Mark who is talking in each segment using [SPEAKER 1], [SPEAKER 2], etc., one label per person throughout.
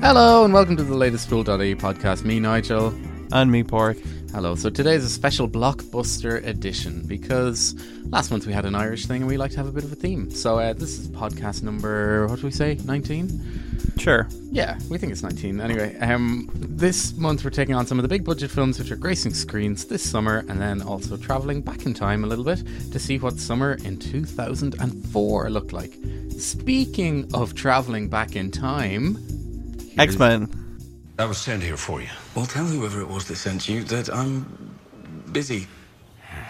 [SPEAKER 1] Hello and welcome to the latest Fool.ie podcast. Me, Nigel.
[SPEAKER 2] And me, Pork.
[SPEAKER 1] Hello. So today's a special blockbuster edition because last month we had an Irish thing and we like to have a bit of a theme. So uh, this is podcast number, what do we say, 19?
[SPEAKER 2] Sure.
[SPEAKER 1] Yeah, we think it's 19. Anyway, um, this month we're taking on some of the big budget films which are gracing screens this summer and then also travelling back in time a little bit to see what summer in 2004 looked like. Speaking of travelling back in time,
[SPEAKER 2] X Men.
[SPEAKER 3] I was sent here for you.
[SPEAKER 4] Well, tell whoever it was that sent you that I'm busy.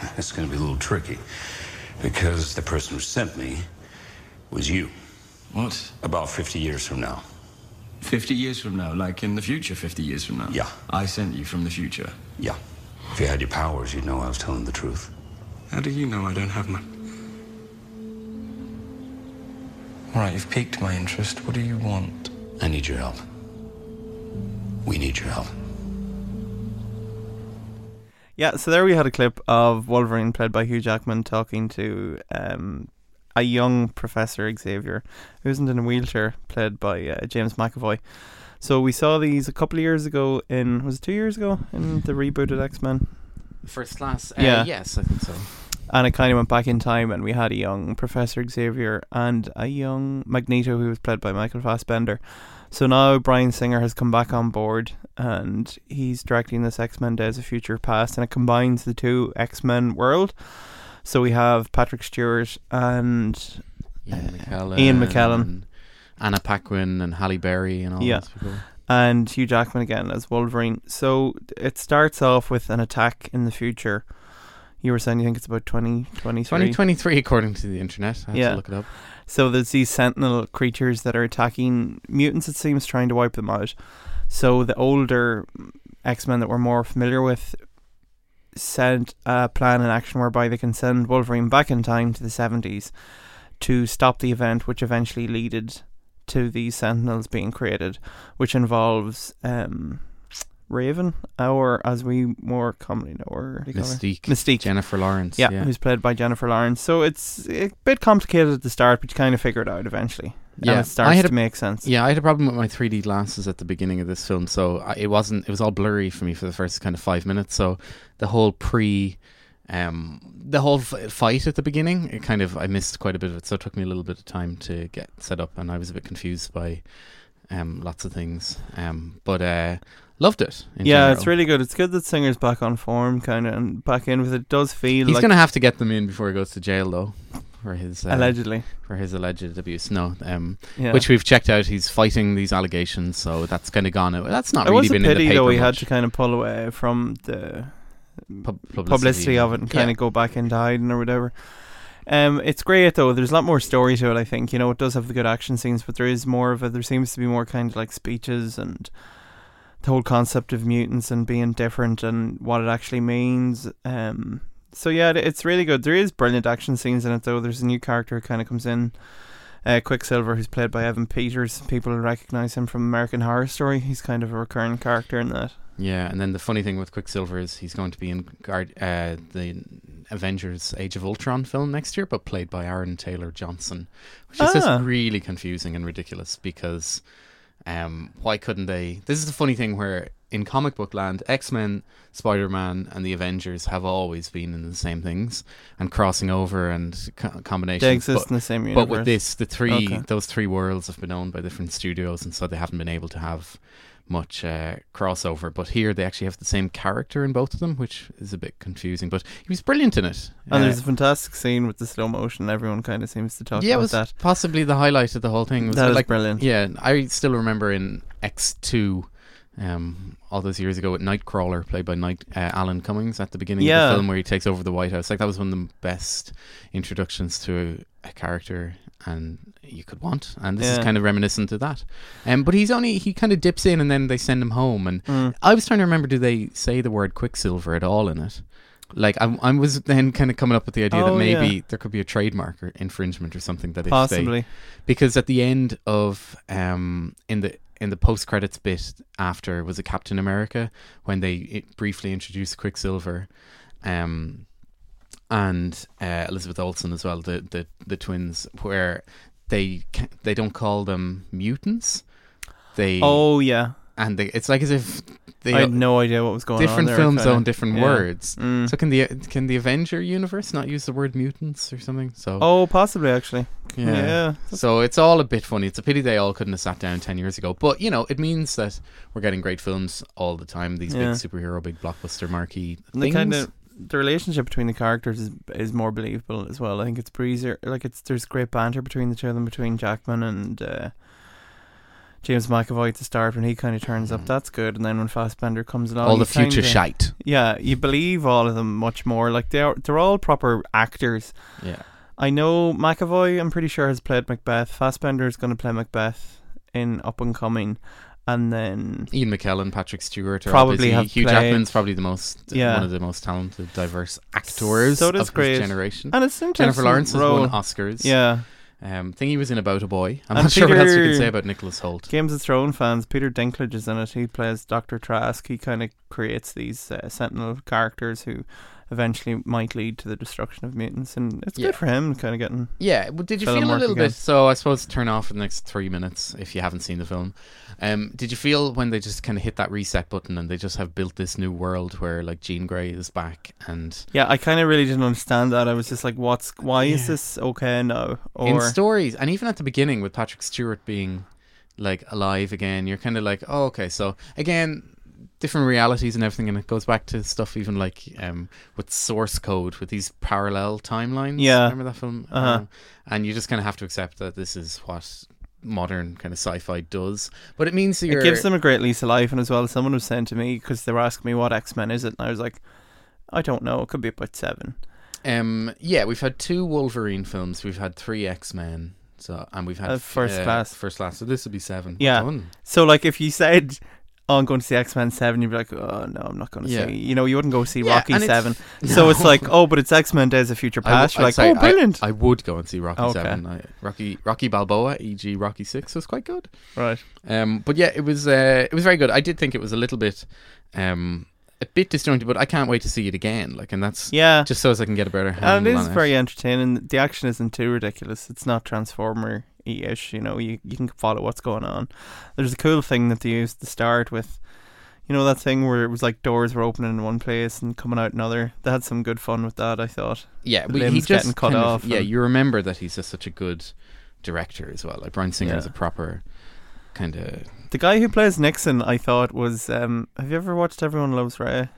[SPEAKER 3] That's going to be a little tricky because the person who sent me was you
[SPEAKER 4] What?
[SPEAKER 3] about 50 years from now.
[SPEAKER 4] 50 years from now, like in the future, 50 years from now?
[SPEAKER 3] Yeah.
[SPEAKER 4] I sent you from the future.
[SPEAKER 3] Yeah. If you had your powers, you'd know I was telling the truth.
[SPEAKER 4] How do you know I don't have mine? All right, you've piqued my interest. What do you want?
[SPEAKER 3] I need your help. We need your help.
[SPEAKER 2] Yeah, so there we had a clip of Wolverine, played by Hugh Jackman, talking to um, a young Professor Xavier, who isn't in a wheelchair, played by uh, James McAvoy. So we saw these a couple of years ago in, was it two years ago? In the rebooted X Men.
[SPEAKER 1] first class. Uh,
[SPEAKER 2] Yeah.
[SPEAKER 1] Yes, I think so.
[SPEAKER 2] And it kind of went back in time, and we had a young Professor Xavier and a young Magneto who was played by Michael Fassbender. So now Brian Singer has come back on board, and he's directing this X Men Days of Future Past, and it combines the two X Men world. So we have Patrick Stewart and
[SPEAKER 1] Ian McKellen.
[SPEAKER 2] Uh, Ian McKellen.
[SPEAKER 1] and Anna Paquin and Halle Berry and all
[SPEAKER 2] Yeah.
[SPEAKER 1] those people.
[SPEAKER 2] and Hugh Jackman again as Wolverine. So it starts off with an attack in the future. You were saying you think it's about 2023?
[SPEAKER 1] 2023, according to the internet. I have
[SPEAKER 2] Yeah.
[SPEAKER 1] to look it up.
[SPEAKER 2] So there's these sentinel creatures that are attacking mutants, it seems, trying to wipe them out. So the older X Men that we're more familiar with sent a plan in action whereby they can send Wolverine back in time to the 70s to stop the event, which eventually leaded to these sentinels being created, which involves um, Raven, or as we more commonly know her, what do you call her?
[SPEAKER 1] Mystique.
[SPEAKER 2] Mystique.
[SPEAKER 1] Jennifer Lawrence.
[SPEAKER 2] Yeah, who's played by Jennifer Lawrence. So it's a bit complicated at the start, but you kind of figure it out eventually.
[SPEAKER 1] Yeah.
[SPEAKER 2] And it starts
[SPEAKER 1] I had a-
[SPEAKER 2] to make sense.
[SPEAKER 1] Yeah, I had a problem with my 3D glasses at the beginning of this film, so I, it wasn't. It was all blurry for me for the first kind of five minutes. So the whole pre, um, the whole f- fight at the beginning, it kind of I missed quite a bit of it. So it took me a little bit of time to get set up, and I was a bit confused by, um, lots of things. Um, but uh, loved it. in
[SPEAKER 2] Yeah, it's
[SPEAKER 1] general.
[SPEAKER 2] really good. It's good that Singer's back on form, kind of, and back in with it. It does feel
[SPEAKER 1] He's
[SPEAKER 2] like
[SPEAKER 1] gonna have to get them in before he goes to jail, though, for his uh,
[SPEAKER 2] allegedly,
[SPEAKER 1] for his alleged abuse. No, um,
[SPEAKER 2] yeah.
[SPEAKER 1] which we've checked out. He's fighting these allegations, so that's kind of gone. That's not
[SPEAKER 2] it
[SPEAKER 1] really
[SPEAKER 2] was a
[SPEAKER 1] been in
[SPEAKER 2] pity
[SPEAKER 1] the paper
[SPEAKER 2] though. We had
[SPEAKER 1] much.
[SPEAKER 2] to kind of pull away from the
[SPEAKER 1] Pub- publicity.
[SPEAKER 2] publicity of it and kind
[SPEAKER 1] Yeah.
[SPEAKER 2] of go back into hiding or whatever. Um, it's great though. There's a lot more story to it. I think you know it does have the good action scenes, but there is more of it. There seems to be more kind of like speeches and the whole concept of mutants and being different and what it actually means. Um, so yeah, it- it's really good. There is brilliant action scenes in it though. There's a new character who kind of comes in. Uh, Quicksilver, who's played by Evan Peters, people recognize him from American Horror Story. He's kind of a recurring character in that.
[SPEAKER 1] Yeah, and then the funny thing with Quicksilver is he's going to be in guard, uh, the Avengers Age of Ultron film next year, but played by Aaron Taylor Johnson, which is
[SPEAKER 2] Ah.
[SPEAKER 1] just really confusing and ridiculous because um, why couldn't they? This is the funny thing where in comic book land, X Men, Spider Man, and the Avengers have always been in the same things and crossing over and co- combinations.
[SPEAKER 2] They exist
[SPEAKER 1] but-
[SPEAKER 2] in the same universe.
[SPEAKER 1] but with this, the three
[SPEAKER 2] Okay.
[SPEAKER 1] those three worlds have been owned by different studios, and so they haven't been able to have much uh, crossover. But here, they actually have the same character in both of them, which is a bit confusing. But he was brilliant in it.
[SPEAKER 2] And
[SPEAKER 1] Uh,
[SPEAKER 2] there's a fantastic scene with the slow motion. Everyone kind of seems to talk
[SPEAKER 1] yeah, it
[SPEAKER 2] about
[SPEAKER 1] was
[SPEAKER 2] that.
[SPEAKER 1] possibly the highlight of the whole thing. It Was
[SPEAKER 2] That is
[SPEAKER 1] like,
[SPEAKER 2] brilliant.
[SPEAKER 1] Yeah, I still remember in X two. Um, all those years ago, with Nightcrawler, played by Night uh, Alan Cummings, at the beginning of
[SPEAKER 2] Yeah.
[SPEAKER 1] the film, where he takes over the White House, like that was one of the best introductions to a, a character, and you could want. And this is
[SPEAKER 2] Yeah.
[SPEAKER 1] kind of reminiscent of that. Um, but he's only he kind of dips in, and then they send him home. And
[SPEAKER 2] Mm.
[SPEAKER 1] I was trying to remember, do they say the word Quicksilver at all in it? Like I, I was then kind of coming up with the idea that
[SPEAKER 2] Oh, yeah.
[SPEAKER 1] maybe there could be a trademark or infringement or something that if they
[SPEAKER 2] Possibly.
[SPEAKER 1] because at the end of um in the in the post credits bit after was it Captain America when they i- briefly introduced Quicksilver, um, and uh, Elizabeth Olsen as well the the the twins where they ca- they don't call them mutants. they
[SPEAKER 2] Oh yeah,
[SPEAKER 1] and they, it's like as if they
[SPEAKER 2] I had no idea what was going on.
[SPEAKER 1] different
[SPEAKER 2] there,
[SPEAKER 1] films
[SPEAKER 2] kinda.
[SPEAKER 1] own different
[SPEAKER 2] Yeah.
[SPEAKER 1] words.
[SPEAKER 2] Mm.
[SPEAKER 1] So can the can the Avenger universe not use the word mutants or something? So
[SPEAKER 2] oh, possibly actually. Yeah.
[SPEAKER 1] So it's all a bit funny. It's a pity they all couldn't have sat down ten years ago. But you know, it means that we're getting great films all the time. These
[SPEAKER 2] Yeah.
[SPEAKER 1] big superhero, big blockbuster marquee
[SPEAKER 2] And the
[SPEAKER 1] things.
[SPEAKER 2] kind of the relationship between the characters is, is more believable as well. I think it's breezier. Like it's there's great banter between the two of them, between Jackman and uh, James McAvoy at the start when he kind of turns up. That's good. And then when Fassbender comes along,
[SPEAKER 1] Mm. all the
[SPEAKER 2] Oh, you kinda-
[SPEAKER 1] future shite.
[SPEAKER 2] Yeah, you believe all of them much more. Like they're they're all proper actors.
[SPEAKER 1] Yeah.
[SPEAKER 2] I know McAvoy. I'm pretty sure has played Macbeth. Fassbender is going to play Macbeth in Up and Coming, and then
[SPEAKER 1] Ian McKellen, Patrick Stewart, are
[SPEAKER 2] Probably
[SPEAKER 1] obviously-
[SPEAKER 2] have
[SPEAKER 1] Hugh
[SPEAKER 2] played-
[SPEAKER 1] Jackman's probably the most
[SPEAKER 2] Yeah.
[SPEAKER 1] one of the most talented, diverse actors
[SPEAKER 2] So
[SPEAKER 1] of
[SPEAKER 2] does
[SPEAKER 1] his
[SPEAKER 2] Grace.
[SPEAKER 1] generation.
[SPEAKER 2] and it's an
[SPEAKER 1] Jennifer
[SPEAKER 2] interesting
[SPEAKER 1] Lawrence has
[SPEAKER 2] role.
[SPEAKER 1] won Oscars.
[SPEAKER 2] Yeah,
[SPEAKER 1] Um, think he was in About a Boy. I'm
[SPEAKER 2] And
[SPEAKER 1] not sure what else you
[SPEAKER 2] Peter-
[SPEAKER 1] can say about Nicholas Holt.
[SPEAKER 2] Games of Thrones fans, Peter Dinklage is in it. He plays Doctor Trask. He kind of creates these uh, Sentinel characters who eventually might lead to the destruction of mutants, and it's
[SPEAKER 1] Yeah.
[SPEAKER 2] good for him, kind of getting.
[SPEAKER 1] Yeah, well, did you
[SPEAKER 2] Film
[SPEAKER 1] feel a
[SPEAKER 2] work
[SPEAKER 1] little
[SPEAKER 2] again.
[SPEAKER 1] bit? So I suppose turn off for the next three minutes if you haven't seen the film. Um, did you feel when they just kind of hit that reset button and they just have built this new world where like Jean Grey is back and
[SPEAKER 2] Yeah, I kind of really didn't understand that. I was just like, "What's? Why is this okay now?"
[SPEAKER 1] in
[SPEAKER 2] Or
[SPEAKER 1] stories and even at the beginning with Patrick Stewart being like alive again, you're kind of like, oh, okay, so again. Different realities and everything, and it goes back to stuff even like um, with source code, with these parallel timelines.
[SPEAKER 2] Yeah.
[SPEAKER 1] remember that film?
[SPEAKER 2] Uh-huh.
[SPEAKER 1] Um, and you just kind of have to accept that this is what modern kind of sci-fi does. But it means that you're
[SPEAKER 2] it gives them a great lease of life, and as well, someone was saying to me because they were asking me what X Men is it, and I was like, "I don't know. It could be about seven.
[SPEAKER 1] Um, yeah, we've had two Wolverine films. We've had three X Men. So and we've had
[SPEAKER 2] Uh, First Class.
[SPEAKER 1] First class. So this would be seven.
[SPEAKER 2] Yeah.
[SPEAKER 1] Done.
[SPEAKER 2] So like, if you said. Oh, I'm going to see X Men Seven. You'd be like, "Oh no, I'm not going to
[SPEAKER 1] Yeah.
[SPEAKER 2] see." You know, you wouldn't go see
[SPEAKER 1] Yeah,
[SPEAKER 2] Rocky
[SPEAKER 1] and it's-
[SPEAKER 2] Seven. So it's
[SPEAKER 1] No.
[SPEAKER 2] like, oh, but it's X Men Days of Future
[SPEAKER 1] I
[SPEAKER 2] Past.
[SPEAKER 1] w-
[SPEAKER 2] You're
[SPEAKER 1] I'd
[SPEAKER 2] like,
[SPEAKER 1] say
[SPEAKER 2] oh, brilliant.
[SPEAKER 1] I, I would go and see Rocky
[SPEAKER 2] Okay.
[SPEAKER 1] Seven. I, Rocky Rocky Balboa, e.g. Rocky Six, was quite good.
[SPEAKER 2] right.
[SPEAKER 1] Um, but yeah, it was uh, it was very good. I did think it was a little bit, um, a bit disjointed, but I can't wait to see it again. Like, and that's
[SPEAKER 2] Yeah.
[SPEAKER 1] just so as I can get a better handle
[SPEAKER 2] and it is
[SPEAKER 1] on
[SPEAKER 2] very entertaining. The action isn't too ridiculous. It's not Transformer ish. You know, you, you can follow what's going on. There's a cool thing that they used to start with. You know, that thing where it was like doors were opening in one place and coming out another? They had some good fun with that, I thought.
[SPEAKER 1] yeah,
[SPEAKER 2] The
[SPEAKER 1] we, he
[SPEAKER 2] limbs
[SPEAKER 1] just
[SPEAKER 2] getting cut
[SPEAKER 1] kind of-
[SPEAKER 2] off
[SPEAKER 1] yeah,
[SPEAKER 2] and-
[SPEAKER 1] you remember that he's just such a good director as well. Like Brian Singer is
[SPEAKER 2] Yeah.
[SPEAKER 1] a proper kind of
[SPEAKER 2] The guy who plays Nixon, I thought, was. um Have you ever watched Everyone Loves Ray?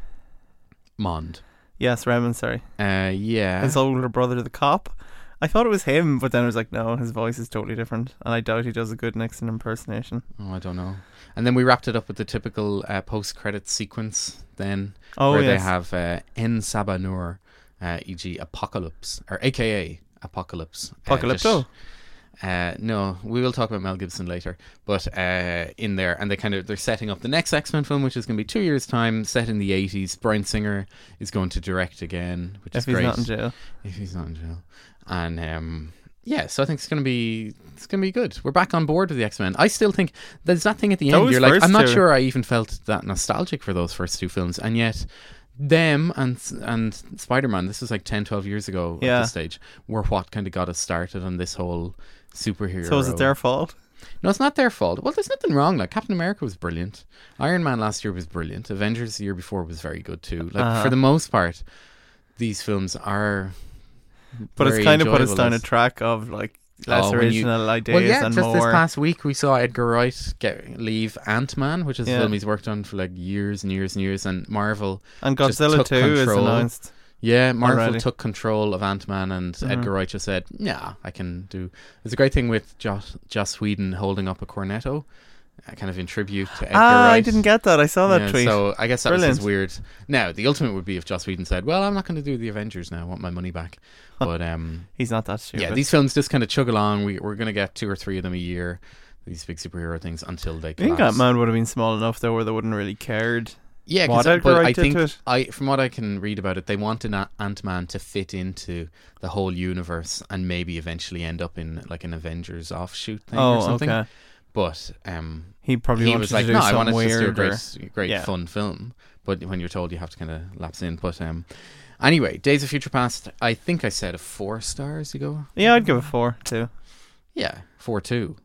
[SPEAKER 1] mond.
[SPEAKER 2] Yes, Raymond, sorry.
[SPEAKER 1] Uh, yeah,
[SPEAKER 2] His older brother, the cop. I thought it was him, but then I was like, no, his voice is totally different. And I doubt he does a good Nixon impersonation.
[SPEAKER 1] Oh, I don't know. And then we wrapped it up with the typical uh, post-credit sequence. Then,
[SPEAKER 2] Oh,
[SPEAKER 1] where
[SPEAKER 2] yes.
[SPEAKER 1] they have uh, En Sabanur, uh, e.g., Apocalypse or AKA Apocalypse. uh, just-
[SPEAKER 2] Apocalypto. oh.
[SPEAKER 1] Uh, no, we will talk about Mel Gibson later, but uh, in there, and they kind of they're setting up the next X Men film, which is going to be two years time, set in the eighties. Brian Singer is going to direct again, which
[SPEAKER 2] if
[SPEAKER 1] is
[SPEAKER 2] he's
[SPEAKER 1] great
[SPEAKER 2] not in jail.
[SPEAKER 1] if he's not in jail. And um, yeah, so I think it's gonna be it's gonna be good. We're back on board with the X Men. I still think there's that thing at the end.
[SPEAKER 2] Those
[SPEAKER 1] You're like,
[SPEAKER 2] first
[SPEAKER 1] I'm not
[SPEAKER 2] two-
[SPEAKER 1] sure I even felt that nostalgic for those first two films, and yet them and and Spider Man. This was like 10, 12 years ago at
[SPEAKER 2] Yeah.
[SPEAKER 1] this stage. Were what kind of got us started on this whole superhero.
[SPEAKER 2] So is it their fault?
[SPEAKER 1] No, it's not their fault. Well, there's nothing wrong. Like Captain America was brilliant. Iron Man last year was brilliant. Avengers the year before was very good too. Like
[SPEAKER 2] Uh-huh.
[SPEAKER 1] for the most part, these films are.
[SPEAKER 2] But it's
[SPEAKER 1] very
[SPEAKER 2] kind of put us
[SPEAKER 1] enjoyable
[SPEAKER 2] down a
[SPEAKER 1] as-
[SPEAKER 2] track of like less
[SPEAKER 1] Oh, when you-
[SPEAKER 2] original ideas
[SPEAKER 1] Well, yeah,
[SPEAKER 2] and
[SPEAKER 1] just this
[SPEAKER 2] more.
[SPEAKER 1] past week we saw Edgar Wright get leave Ant Man, which is a
[SPEAKER 2] Yeah.
[SPEAKER 1] film he's worked on for like years and years and years, and Marvel.
[SPEAKER 2] and
[SPEAKER 1] just
[SPEAKER 2] Godzilla
[SPEAKER 1] took
[SPEAKER 2] Two is
[SPEAKER 1] control.
[SPEAKER 2] announced.
[SPEAKER 1] Yeah, Marvel
[SPEAKER 2] Alrighty.
[SPEAKER 1] took control of Ant Man, and
[SPEAKER 2] Mm-hmm.
[SPEAKER 1] Edgar Wright just said, "Yeah, I can do." It's a great thing with Joss, Joss Whedon holding up a cornetto, uh, kind of in tribute to Edgar
[SPEAKER 2] Ah,
[SPEAKER 1] Wright.
[SPEAKER 2] I didn't get that. I saw that
[SPEAKER 1] Yeah,
[SPEAKER 2] tweet.
[SPEAKER 1] So I guess that was
[SPEAKER 2] Brilliant.
[SPEAKER 1] his weird. Now the ultimate would be if Joss Whedon said, "Well, I'm not going to do the Avengers now. I want my money back." But um,
[SPEAKER 2] He's not that stupid.
[SPEAKER 1] yeah, these films just kind of chug along. We, we're going to get two or three of them a year. These big superhero things until they.
[SPEAKER 2] I think
[SPEAKER 1] collapse.
[SPEAKER 2] that man would have been small enough though where they wouldn't really cared.
[SPEAKER 1] Yeah, 'cause-
[SPEAKER 2] What Edgar
[SPEAKER 1] but
[SPEAKER 2] Wright
[SPEAKER 1] I
[SPEAKER 2] did
[SPEAKER 1] think
[SPEAKER 2] to it?
[SPEAKER 1] I, from what I can read about it, they wanted Ant Man to fit into the whole universe and maybe eventually end up in like an Avengers offshoot thing or
[SPEAKER 2] Oh,
[SPEAKER 1] something.
[SPEAKER 2] okay.
[SPEAKER 1] But um,
[SPEAKER 2] He probably
[SPEAKER 1] he
[SPEAKER 2] wanted
[SPEAKER 1] was like,
[SPEAKER 2] to do
[SPEAKER 1] "No, I
[SPEAKER 2] something
[SPEAKER 1] want us to
[SPEAKER 2] weird.
[SPEAKER 1] do a
[SPEAKER 2] or-
[SPEAKER 1] great, great
[SPEAKER 2] Yeah.
[SPEAKER 1] fun film." But when you're told, you have to kind of lapse in. But um, anyway, Days of Future Past. I think I said a four stars ago.
[SPEAKER 2] Yeah, I'd give a four too.
[SPEAKER 1] Yeah, four two.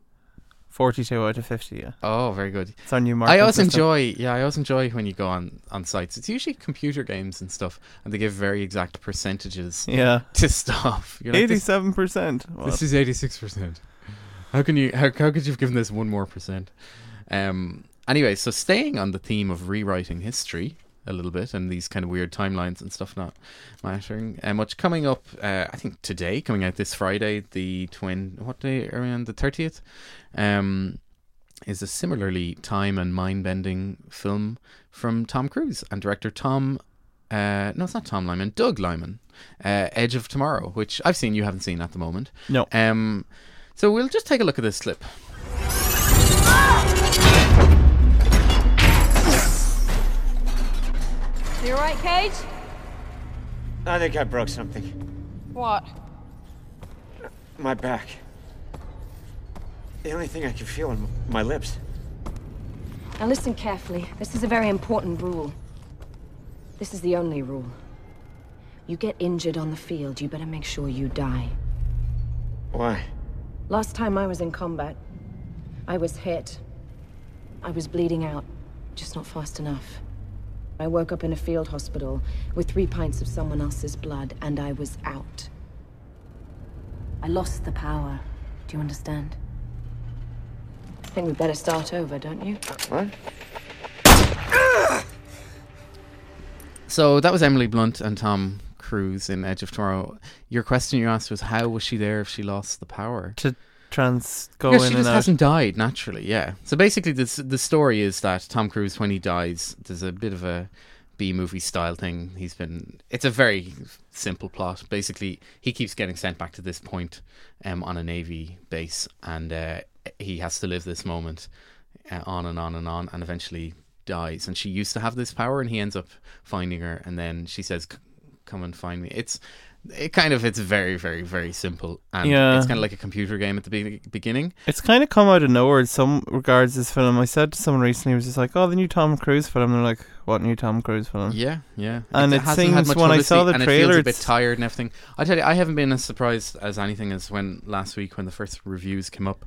[SPEAKER 2] Forty-two out of fifty. Yeah,
[SPEAKER 1] Oh, very good.
[SPEAKER 2] it's our new market.
[SPEAKER 1] I always
[SPEAKER 2] system.
[SPEAKER 1] enjoy, yeah, I always enjoy when you go on on sites. It's usually computer games and stuff, and they give very exact percentages
[SPEAKER 2] Yeah,
[SPEAKER 1] to stuff. You're like, this,
[SPEAKER 2] eighty-seven percent.
[SPEAKER 1] this is eighty six percent. How can you? How, how could you have given this one more percent? Um. Anyway, so staying on the theme of rewriting history a little bit and these kind of weird timelines and stuff not mattering and much coming up uh, i think today coming out this friday the twin what day around the 30th um is a similarly time and mind bending film from Tom Cruise and director Tom. Uh, no, it's not Tom Lyman, Doug Lyman. Uh, Edge of Tomorrow, which I've seen, you haven't seen at the moment.
[SPEAKER 2] No.
[SPEAKER 1] Um, so we'll just take a look at this slip.
[SPEAKER 5] You alright, Cage?
[SPEAKER 6] I think I broke something.
[SPEAKER 5] What?
[SPEAKER 6] My back. The only thing I can feel are my lips.
[SPEAKER 5] Now listen carefully. This is a very important rule. This is the only rule. You get injured on the field, you better make sure you die.
[SPEAKER 6] Why?
[SPEAKER 5] Last time I was in combat, I was hit. I was bleeding out, just not fast enough. I woke up in a field hospital with three pints of someone else's blood, and I was out. I lost the power. Do you understand? I think we better start over, don't you?
[SPEAKER 6] What?
[SPEAKER 1] So that was Emily Blunt and Tom Cruise in Edge of Tomorrow. Your question you asked was how was she there if she lost the power?
[SPEAKER 2] to trans go
[SPEAKER 1] Because
[SPEAKER 2] in
[SPEAKER 1] she
[SPEAKER 2] and
[SPEAKER 1] just
[SPEAKER 2] out.
[SPEAKER 1] hasn't died naturally, yeah. So basically, this the story is that Tom Cruise, when he dies, there's a bit of a B movie style thing. He's been. It's a very simple plot. Basically, he keeps getting sent back to this point um, on a Navy base, and uh, he has to live this moment uh, on and on and on, and eventually dies. And she used to have this power, and he ends up finding her, and then she says, "C- "Come and find me." It's it kind of it's very very very simple and
[SPEAKER 2] Yeah.
[SPEAKER 1] it's kind of like a computer game at the be- beginning
[SPEAKER 2] It's kind of come out of nowhere in some regards. This film, I said to someone recently, was just like, "Oh, the new Tom Cruise film." They're like, "What new Tom Cruise film?"
[SPEAKER 1] Yeah, yeah.
[SPEAKER 2] And it
[SPEAKER 1] hasn't had
[SPEAKER 2] seems
[SPEAKER 1] much
[SPEAKER 2] when I
[SPEAKER 1] publicity,
[SPEAKER 2] saw the
[SPEAKER 1] and it
[SPEAKER 2] trailer,
[SPEAKER 1] feels a bit
[SPEAKER 2] it's-
[SPEAKER 1] tired and everything. I tell you, I haven't been as surprised as anything as when last week when the first reviews came up,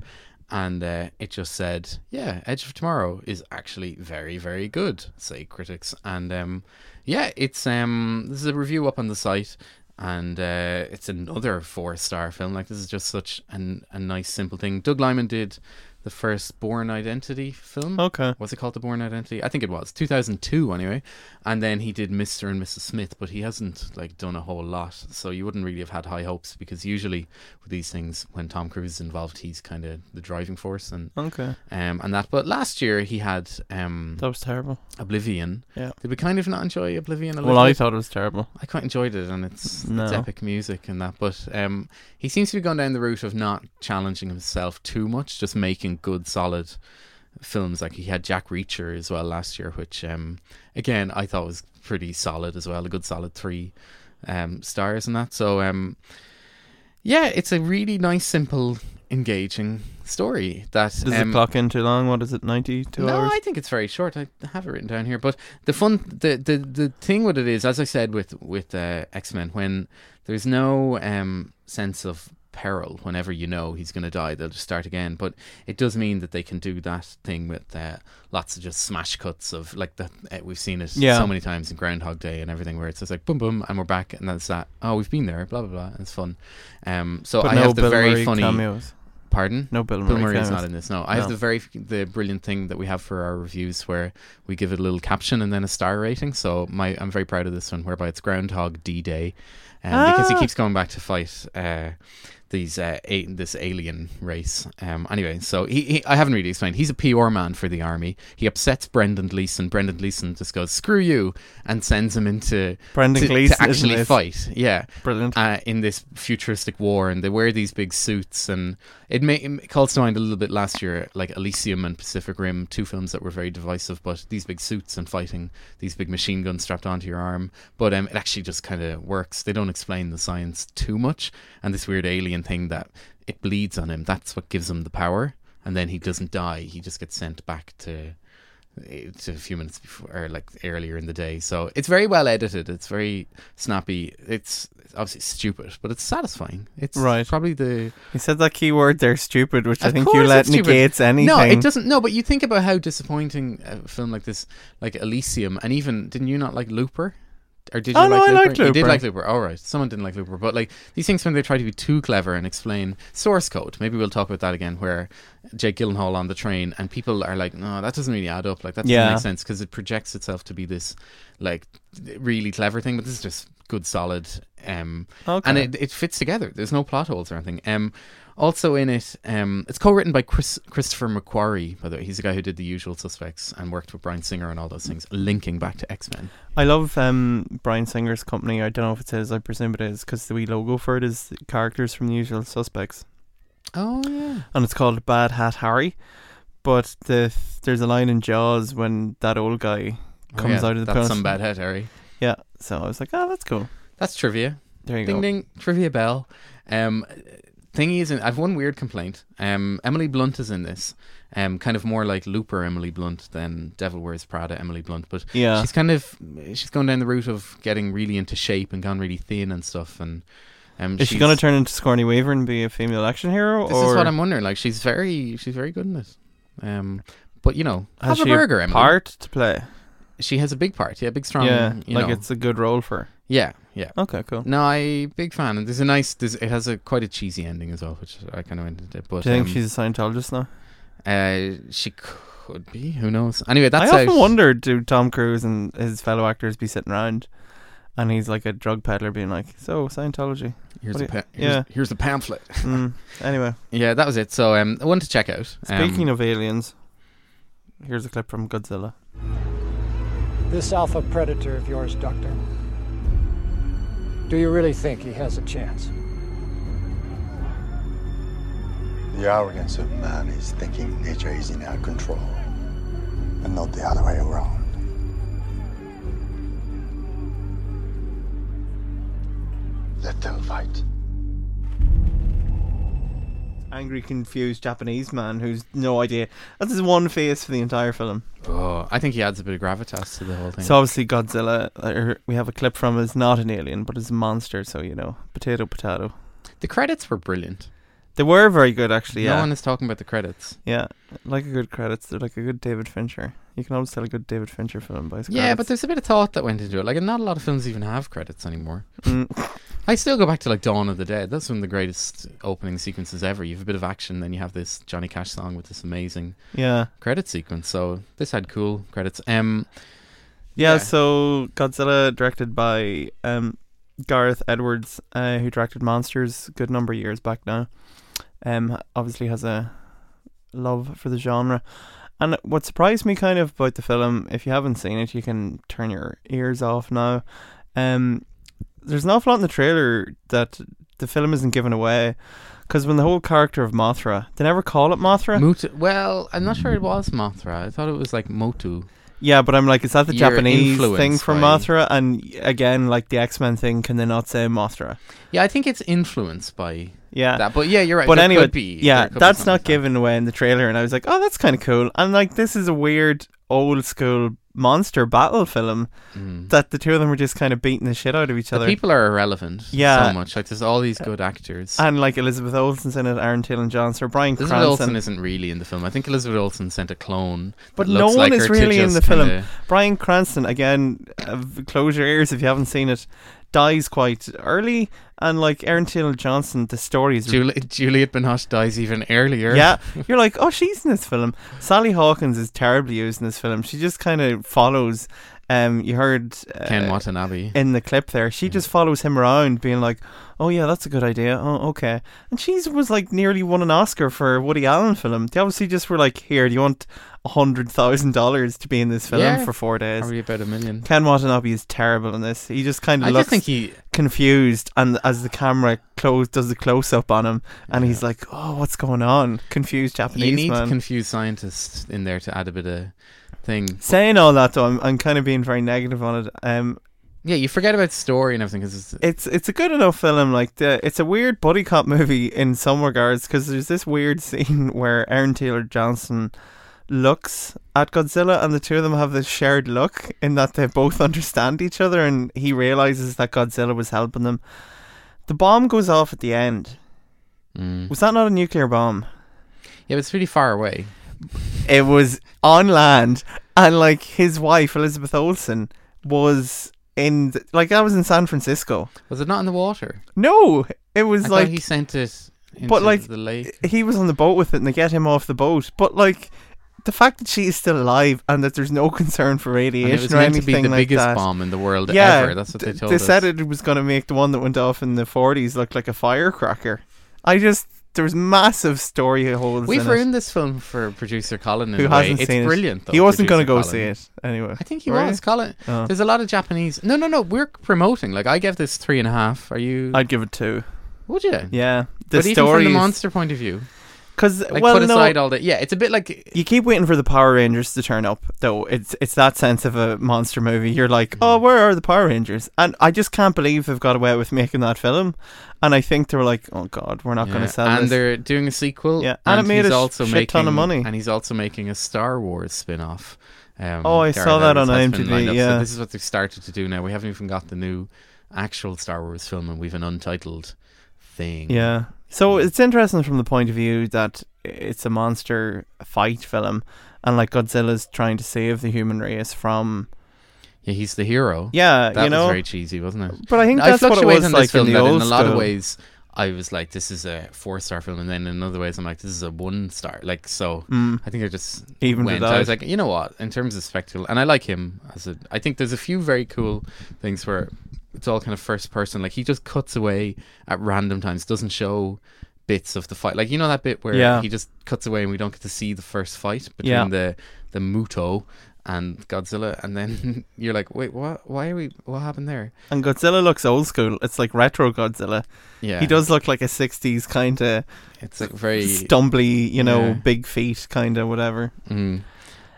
[SPEAKER 1] and uh, it just said, "Yeah, Edge of Tomorrow is actually very, very good," say critics. And um, yeah, it's um, this is a review up on the site. And uh, it's another four-star film. Like this is just such an, a nice, simple thing. Doug Lyman did the first Born Identity film.
[SPEAKER 2] Okay.
[SPEAKER 1] Was it called The Born Identity? I think it was 2002 anyway. And then he did Mr. and Mrs. Smith, but he hasn't like done a whole lot. So you wouldn't really have had high hopes because usually with these things, when Tom Cruise is involved, he's kind of the driving force and
[SPEAKER 2] Okay,
[SPEAKER 1] um and that. But last year he had um
[SPEAKER 2] that was terrible.
[SPEAKER 1] Oblivion.
[SPEAKER 2] Yeah.
[SPEAKER 1] Did we kind of not enjoy Oblivion a little?
[SPEAKER 2] Well, I
[SPEAKER 1] bit?
[SPEAKER 2] thought it was terrible.
[SPEAKER 1] I quite enjoyed it, and it's,
[SPEAKER 2] No.
[SPEAKER 1] it's epic music and that. But um, he seems to be going down the route of not challenging himself too much, just making good, solid films. Like he had Jack Reacher as well last year, which um, again I thought was pretty solid as well, a good solid three um, stars and that. So um, yeah, it's a really nice, simple, engaging story. That
[SPEAKER 2] Does
[SPEAKER 1] um,
[SPEAKER 2] it clock in too long? What is it? Ninety-two
[SPEAKER 1] no,
[SPEAKER 2] hours.
[SPEAKER 1] I think it's very short. I have it written down here. But the fun, the the, the thing with it is, as I said with with uh, X Men, when there's no um, sense of peril, whenever you know he's going to die, they'll just start again. But it does mean that they can do that thing with uh, lots of just smash cuts of like that. Uh, we've seen it
[SPEAKER 2] Yeah.
[SPEAKER 1] so many times in Groundhog Day and everything, where it's just like boom, boom, and we're back, and that's that. Oh, we've been there, blah blah blah. And it's fun. Um, so
[SPEAKER 2] but
[SPEAKER 1] I
[SPEAKER 2] no
[SPEAKER 1] have the
[SPEAKER 2] Bill
[SPEAKER 1] very
[SPEAKER 2] Murray
[SPEAKER 1] funny.
[SPEAKER 2] cameos.
[SPEAKER 1] Pardon.
[SPEAKER 2] No Bill
[SPEAKER 1] Bill
[SPEAKER 2] Murray,
[SPEAKER 1] Murray is
[SPEAKER 2] cameos.
[SPEAKER 1] not in this. No, I have
[SPEAKER 2] No.
[SPEAKER 1] the very the brilliant thing that we have for our reviews where we give it a little caption and then a star rating. So my I'm very proud of this one, whereby it's Groundhog D Day, um, because he
[SPEAKER 2] Ah.
[SPEAKER 1] keeps going back to fight uh, these uh, a- this alien race. Um, anyway, so he, he I haven't really explained. He's a PR man for the army. He upsets Brendan Gleeson. Brendan Gleeson just goes screw you and sends him into
[SPEAKER 2] Brendan
[SPEAKER 1] to, to
[SPEAKER 2] Gleeson, isn't
[SPEAKER 1] actually
[SPEAKER 2] it?
[SPEAKER 1] fight. Yeah,
[SPEAKER 2] Brilliant.
[SPEAKER 1] uh, in this futuristic war, and they wear these big suits, and it, may, it calls to mind a little bit last year, like Elysium and Pacific Rim, two films that were very divisive, but these big suits and fighting these big machine guns strapped onto your arm, but um, it actually just kind of works. They don't explain the science too much, and this weird alien thing that it bleeds on him. That's what gives him the power, and then he doesn't die. He just gets sent back to it's a few minutes before, or like earlier in the day. So it's very well edited. It's very snappy. It's it's obviously stupid, but it's satisfying. It's
[SPEAKER 2] Right.
[SPEAKER 1] probably the
[SPEAKER 2] He said that key word there, stupid, which I
[SPEAKER 1] Of
[SPEAKER 2] think you
[SPEAKER 1] course
[SPEAKER 2] let
[SPEAKER 1] it's stupid.
[SPEAKER 2] negates anything.
[SPEAKER 1] No, it doesn't. No, but you think about how disappointing a film like this, like Elysium, and even didn't you not like Looper? Or did you
[SPEAKER 2] Oh, no,
[SPEAKER 1] like
[SPEAKER 2] I
[SPEAKER 1] Looper?
[SPEAKER 2] liked
[SPEAKER 1] You did
[SPEAKER 2] Looper.
[SPEAKER 1] like Looper. All right, someone didn't like Looper, but like these things when they try to be too clever and explain source code. Maybe we'll talk about that again, where Jake Gyllenhaal on the train and people are like, no, that doesn't really add up. Like that doesn't
[SPEAKER 2] Yeah.
[SPEAKER 1] make sense because it projects itself to be this like really clever thing, but this is just good solid. Um,
[SPEAKER 2] Okay.
[SPEAKER 1] and it it fits together. There's no plot holes or anything. Um, also in it, um, it's co-written by Chris Christopher McQuarrie. By the way, he's the guy who did The Usual Suspects and worked with Brian Singer and all those things, linking back to X Men.
[SPEAKER 2] I love um, Brian Singer's company. I don't know if it says, I presume it is, because the wee logo for it is the characters from The Usual Suspects.
[SPEAKER 1] Oh yeah,
[SPEAKER 2] And it's called Bad Hat Harry. But the there's a line in Jaws when that old guy comes out of the
[SPEAKER 1] Oh, that's
[SPEAKER 2] pool.
[SPEAKER 1] some bad head, Harry.
[SPEAKER 2] Yeah. So I was like, oh, that's cool.
[SPEAKER 1] That's trivia.
[SPEAKER 2] There you
[SPEAKER 1] ding
[SPEAKER 2] go.
[SPEAKER 1] ding trivia bell. Um, thingy is in. I've one weird complaint. Um, Emily Blunt is in this. Um, kind of more like Looper Emily Blunt than Devil Wears Prada Emily Blunt, but
[SPEAKER 2] Yeah.
[SPEAKER 1] she's kind of she's gone down the route of getting really into shape and gone really thin and stuff. And um,
[SPEAKER 2] Is she
[SPEAKER 1] she's-
[SPEAKER 2] going to turn into Scorny Weaver and be a female action hero?
[SPEAKER 1] This
[SPEAKER 2] or
[SPEAKER 1] is what I'm wondering. Like she's very she's very good in it. Um, but you know,
[SPEAKER 2] has
[SPEAKER 1] have a
[SPEAKER 2] she
[SPEAKER 1] burger, Emily.
[SPEAKER 2] part to play?
[SPEAKER 1] She has a big part. Yeah, big strong.
[SPEAKER 2] yeah.
[SPEAKER 1] you
[SPEAKER 2] Like
[SPEAKER 1] know.
[SPEAKER 2] it's a good role for her.
[SPEAKER 1] yeah, yeah.
[SPEAKER 2] Okay, cool.
[SPEAKER 1] No, I big fan, and there's a nice. There's, it has a quite a cheesy ending as well, which I kind of ended it. But
[SPEAKER 2] Do you think
[SPEAKER 1] um,
[SPEAKER 2] she's a Scientologist now?
[SPEAKER 1] Uh, she could be. Who knows? Anyway, that's
[SPEAKER 2] I often
[SPEAKER 1] out.
[SPEAKER 2] wonder do Tom Cruise and his fellow actors be sitting around and he's like a drug peddler being like, So Scientology.
[SPEAKER 1] Here's the
[SPEAKER 2] what do you-
[SPEAKER 1] pa- here's,
[SPEAKER 2] yeah.
[SPEAKER 1] here's the pamphlet.
[SPEAKER 2] Mm. anyway.
[SPEAKER 1] Yeah, that was it. So um, one to check out.
[SPEAKER 2] Speaking
[SPEAKER 1] um,
[SPEAKER 2] of aliens, here's a clip from Godzilla.
[SPEAKER 7] This alpha predator of yours, Doctor. Do you really think he has a chance?
[SPEAKER 8] The arrogance of man is thinking nature is in our control and not the other way around. Let them fight.
[SPEAKER 2] Angry, confused Japanese man who's no idea. That's his one face for the entire film.
[SPEAKER 1] oh, I think he adds a bit of gravitas to the whole thing.
[SPEAKER 2] So obviously Godzilla, uh, we have a clip from is not an alien but is a monster. So you know, potato potato.
[SPEAKER 1] the credits were brilliant.
[SPEAKER 2] They were very good actually.
[SPEAKER 1] No
[SPEAKER 2] Yeah,
[SPEAKER 1] one is talking about the credits.
[SPEAKER 2] yeah. Like a good credits. They're like a good David Fincher. You can always tell a good David Fincher film by his
[SPEAKER 1] Yeah, but
[SPEAKER 2] credits.
[SPEAKER 1] there's a bit of thought that went into it. Like, and not a lot of films even have credits anymore.
[SPEAKER 2] Mm.
[SPEAKER 1] I still go back to like Dawn of the Dead. That's one of the greatest opening sequences ever. You have a bit of action, then you have this Johnny Cash song with this amazing
[SPEAKER 2] yeah.
[SPEAKER 1] credit sequence. So this had cool credits. Um,
[SPEAKER 2] Yeah,
[SPEAKER 1] Yeah.
[SPEAKER 2] so Godzilla, directed by um, Gareth Edwards, uh, who directed Monsters a good number of years back now, um, obviously has a love for the genre. And what surprised me kind of about the film, if you haven't seen it, you can turn your ears off now. Um, there's an awful lot in the trailer that the film isn't given away. Because when the whole character of Mothra, they never call it Mothra.
[SPEAKER 1] Mut- well, I'm not sure it was Mothra. I thought it was like Motu.
[SPEAKER 2] Yeah, but I'm like, is that the
[SPEAKER 1] You're
[SPEAKER 2] Japanese thing
[SPEAKER 1] influenced
[SPEAKER 2] from
[SPEAKER 1] by-
[SPEAKER 2] Mothra? And again, like the X Men thing, can they not say Mothra?
[SPEAKER 1] Yeah, I think it's influenced by
[SPEAKER 2] Yeah.
[SPEAKER 1] that. But yeah, you're right.
[SPEAKER 2] Uh, but
[SPEAKER 1] there
[SPEAKER 2] anyway,
[SPEAKER 1] could be-
[SPEAKER 2] yeah,
[SPEAKER 1] there could be
[SPEAKER 2] that's
[SPEAKER 1] something
[SPEAKER 2] not
[SPEAKER 1] like that.
[SPEAKER 2] given away in the trailer, and I was like, oh, that's kind of cool. And like, this is a weird old school monster battle film that the two of them were just kind of beating the shit out of each
[SPEAKER 1] Mm. The
[SPEAKER 2] other.
[SPEAKER 1] people are irrelevant.
[SPEAKER 2] Yeah. Uh,
[SPEAKER 1] so much. Like, there's all these good actors.
[SPEAKER 2] and like Elizabeth Olsen's in it, Aaron Taylor Johnson, Brian
[SPEAKER 1] Elizabeth Olsen
[SPEAKER 2] Cranston.
[SPEAKER 1] isn't really in the film. I think Elizabeth Olsen sent a clone.
[SPEAKER 2] But
[SPEAKER 1] that
[SPEAKER 2] no
[SPEAKER 1] looks
[SPEAKER 2] one
[SPEAKER 1] like
[SPEAKER 2] is
[SPEAKER 1] her to
[SPEAKER 2] really in
[SPEAKER 1] just
[SPEAKER 2] the film.
[SPEAKER 1] kinda-
[SPEAKER 2] Brian Cranston, again, uh, close your ears if you haven't seen it, dies quite early. And like Aaron Taylor Johnson, the story is
[SPEAKER 1] Juli- Juliet Binoche dies even earlier.
[SPEAKER 2] Yeah, you're like, oh, she's in this film. Sally Hawkins is terribly used in this film. She just kind of follows. Um, you heard uh,
[SPEAKER 1] Ken Watanabe.
[SPEAKER 2] in the clip there.
[SPEAKER 1] Mm.
[SPEAKER 2] She just follows him around, being like, "Oh yeah, that's a good idea. Oh okay." And she was like, nearly won an Oscar for a Woody Allen film. They obviously just were like, "Here, do you want a hundred thousand dollars to be in this film
[SPEAKER 1] Yeah.
[SPEAKER 2] for four days?"
[SPEAKER 1] Probably about a million.
[SPEAKER 2] Ken Watanabe is terrible in this. He just kind of
[SPEAKER 1] I
[SPEAKER 2] looks
[SPEAKER 1] just think he.
[SPEAKER 2] confused, and as the camera close does the close up on him, and he's like, "Oh, what's going on?" Confused Japanese
[SPEAKER 1] You need
[SPEAKER 2] man.
[SPEAKER 1] confused scientists in there to add a bit of thing.
[SPEAKER 2] Saying all that though, I'm, I'm kind of being very negative on it. Um,
[SPEAKER 1] Yeah, you forget about story and everything because it's
[SPEAKER 2] it's it's a good enough film. Like the, it's a weird buddy cop movie in some regards because there's this weird scene where Aaron Taylor Johnson looks at Godzilla, and the two of them have this shared look in that they both understand each other, and he realizes that Godzilla was helping them. The bomb goes off at the end.
[SPEAKER 1] Mm.
[SPEAKER 2] Was that not a nuclear bomb?
[SPEAKER 1] Yeah, but it's really far away.
[SPEAKER 2] It was on land, and like his wife Elizabeth Olsen was in, th- like that was in San Francisco.
[SPEAKER 1] Was it not in the water?
[SPEAKER 2] No, it was
[SPEAKER 1] I
[SPEAKER 2] like
[SPEAKER 1] thought he sent it into
[SPEAKER 2] but like
[SPEAKER 1] the lake.
[SPEAKER 2] he was on the boat with it and they get him off the boat but like the fact that she is still alive and that there's no concern for
[SPEAKER 1] And it
[SPEAKER 2] radiation
[SPEAKER 1] was
[SPEAKER 2] or
[SPEAKER 1] meant to be
[SPEAKER 2] anything
[SPEAKER 1] the
[SPEAKER 2] like
[SPEAKER 1] biggest
[SPEAKER 2] that
[SPEAKER 1] bomb in the world ever. That's what
[SPEAKER 2] d-
[SPEAKER 1] they told
[SPEAKER 2] they
[SPEAKER 1] us.
[SPEAKER 2] said it was going to make the one that went off in the 40s look like a firecracker i just there's massive story holes
[SPEAKER 1] We've
[SPEAKER 2] in
[SPEAKER 1] ruined this film for producer Colin.
[SPEAKER 2] it.
[SPEAKER 1] In
[SPEAKER 2] who
[SPEAKER 1] a way.
[SPEAKER 2] hasn't
[SPEAKER 1] it's
[SPEAKER 2] seen
[SPEAKER 1] brilliant.
[SPEAKER 2] it
[SPEAKER 1] Though,
[SPEAKER 2] he wasn't going to go
[SPEAKER 1] producer
[SPEAKER 2] see
[SPEAKER 1] Colin.
[SPEAKER 2] it anyway
[SPEAKER 1] I think he
[SPEAKER 2] Were
[SPEAKER 1] was,
[SPEAKER 2] you?
[SPEAKER 1] Colin.
[SPEAKER 2] Oh.
[SPEAKER 1] There's a lot of Japanese. No, no, no. We're promoting. Like I gave this three and a half. Are you?
[SPEAKER 2] i'd give it two
[SPEAKER 1] would you?
[SPEAKER 2] yeah the
[SPEAKER 1] But even
[SPEAKER 2] story
[SPEAKER 1] from the monster point of view,
[SPEAKER 2] because
[SPEAKER 1] like
[SPEAKER 2] well
[SPEAKER 1] put
[SPEAKER 2] no
[SPEAKER 1] aside all that. Yeah, it's a bit like
[SPEAKER 2] you keep waiting for the Power Rangers to turn up, though. It's it's that sense of a monster movie. You're like, oh, where are the Power Rangers? And I just can't believe they've got away with making that film. And I think they were like, oh god, we're not going
[SPEAKER 1] Yeah,
[SPEAKER 2] to sell
[SPEAKER 1] and
[SPEAKER 2] this.
[SPEAKER 1] they're doing a sequel.
[SPEAKER 2] Yeah, and it made
[SPEAKER 1] he's
[SPEAKER 2] a sh-
[SPEAKER 1] also
[SPEAKER 2] shit
[SPEAKER 1] making,
[SPEAKER 2] ton of money.
[SPEAKER 1] And he's also making a Star Wars spin-off. Um,
[SPEAKER 2] Oh, I
[SPEAKER 1] Gareth
[SPEAKER 2] saw that
[SPEAKER 1] Edwards
[SPEAKER 2] on
[SPEAKER 1] has been
[SPEAKER 2] IMDb,
[SPEAKER 1] lined up,
[SPEAKER 2] yeah.
[SPEAKER 1] so this is what they've started to do now. We haven't even got the new actual Star Wars film, and we've an untitled thing.
[SPEAKER 2] Yeah. So it's interesting from the point of view that it's a monster fight film, and like Godzilla's trying to save the human race from
[SPEAKER 1] yeah, he's the hero.
[SPEAKER 2] yeah,
[SPEAKER 1] that
[SPEAKER 2] you know.
[SPEAKER 1] was very cheesy, wasn't it?
[SPEAKER 2] But I think that's what it
[SPEAKER 1] fluctuate
[SPEAKER 2] was
[SPEAKER 1] on
[SPEAKER 2] like
[SPEAKER 1] this film.
[SPEAKER 2] in the
[SPEAKER 1] that in
[SPEAKER 2] old
[SPEAKER 1] a lot of
[SPEAKER 2] stuff.
[SPEAKER 1] ways, I was like, "This is a four-star film," and then in other ways, I'm like, "This is a one-star." Like, so I think I just
[SPEAKER 2] Evened
[SPEAKER 1] went.
[SPEAKER 2] Mm. it
[SPEAKER 1] I was
[SPEAKER 2] out.
[SPEAKER 1] like, you know what? In terms of spectacle, and I like him as a. I think there's a few very cool things where it's all kind of first person. Like he just cuts away at random times, doesn't show bits of the fight. Like you know that bit where
[SPEAKER 2] Yeah.
[SPEAKER 1] he just cuts away and we don't get to see the first fight between
[SPEAKER 2] Yeah.
[SPEAKER 1] the the Muto. And Godzilla, and then you're like, wait, what? Why are we? What happened there?
[SPEAKER 2] And Godzilla looks old school. It's like retro Godzilla.
[SPEAKER 1] Yeah,
[SPEAKER 2] He does look like a '60s kind of.
[SPEAKER 1] It's like very
[SPEAKER 2] stumbly, you know,
[SPEAKER 1] Yeah.
[SPEAKER 2] big feet, kind of whatever.
[SPEAKER 1] Mm.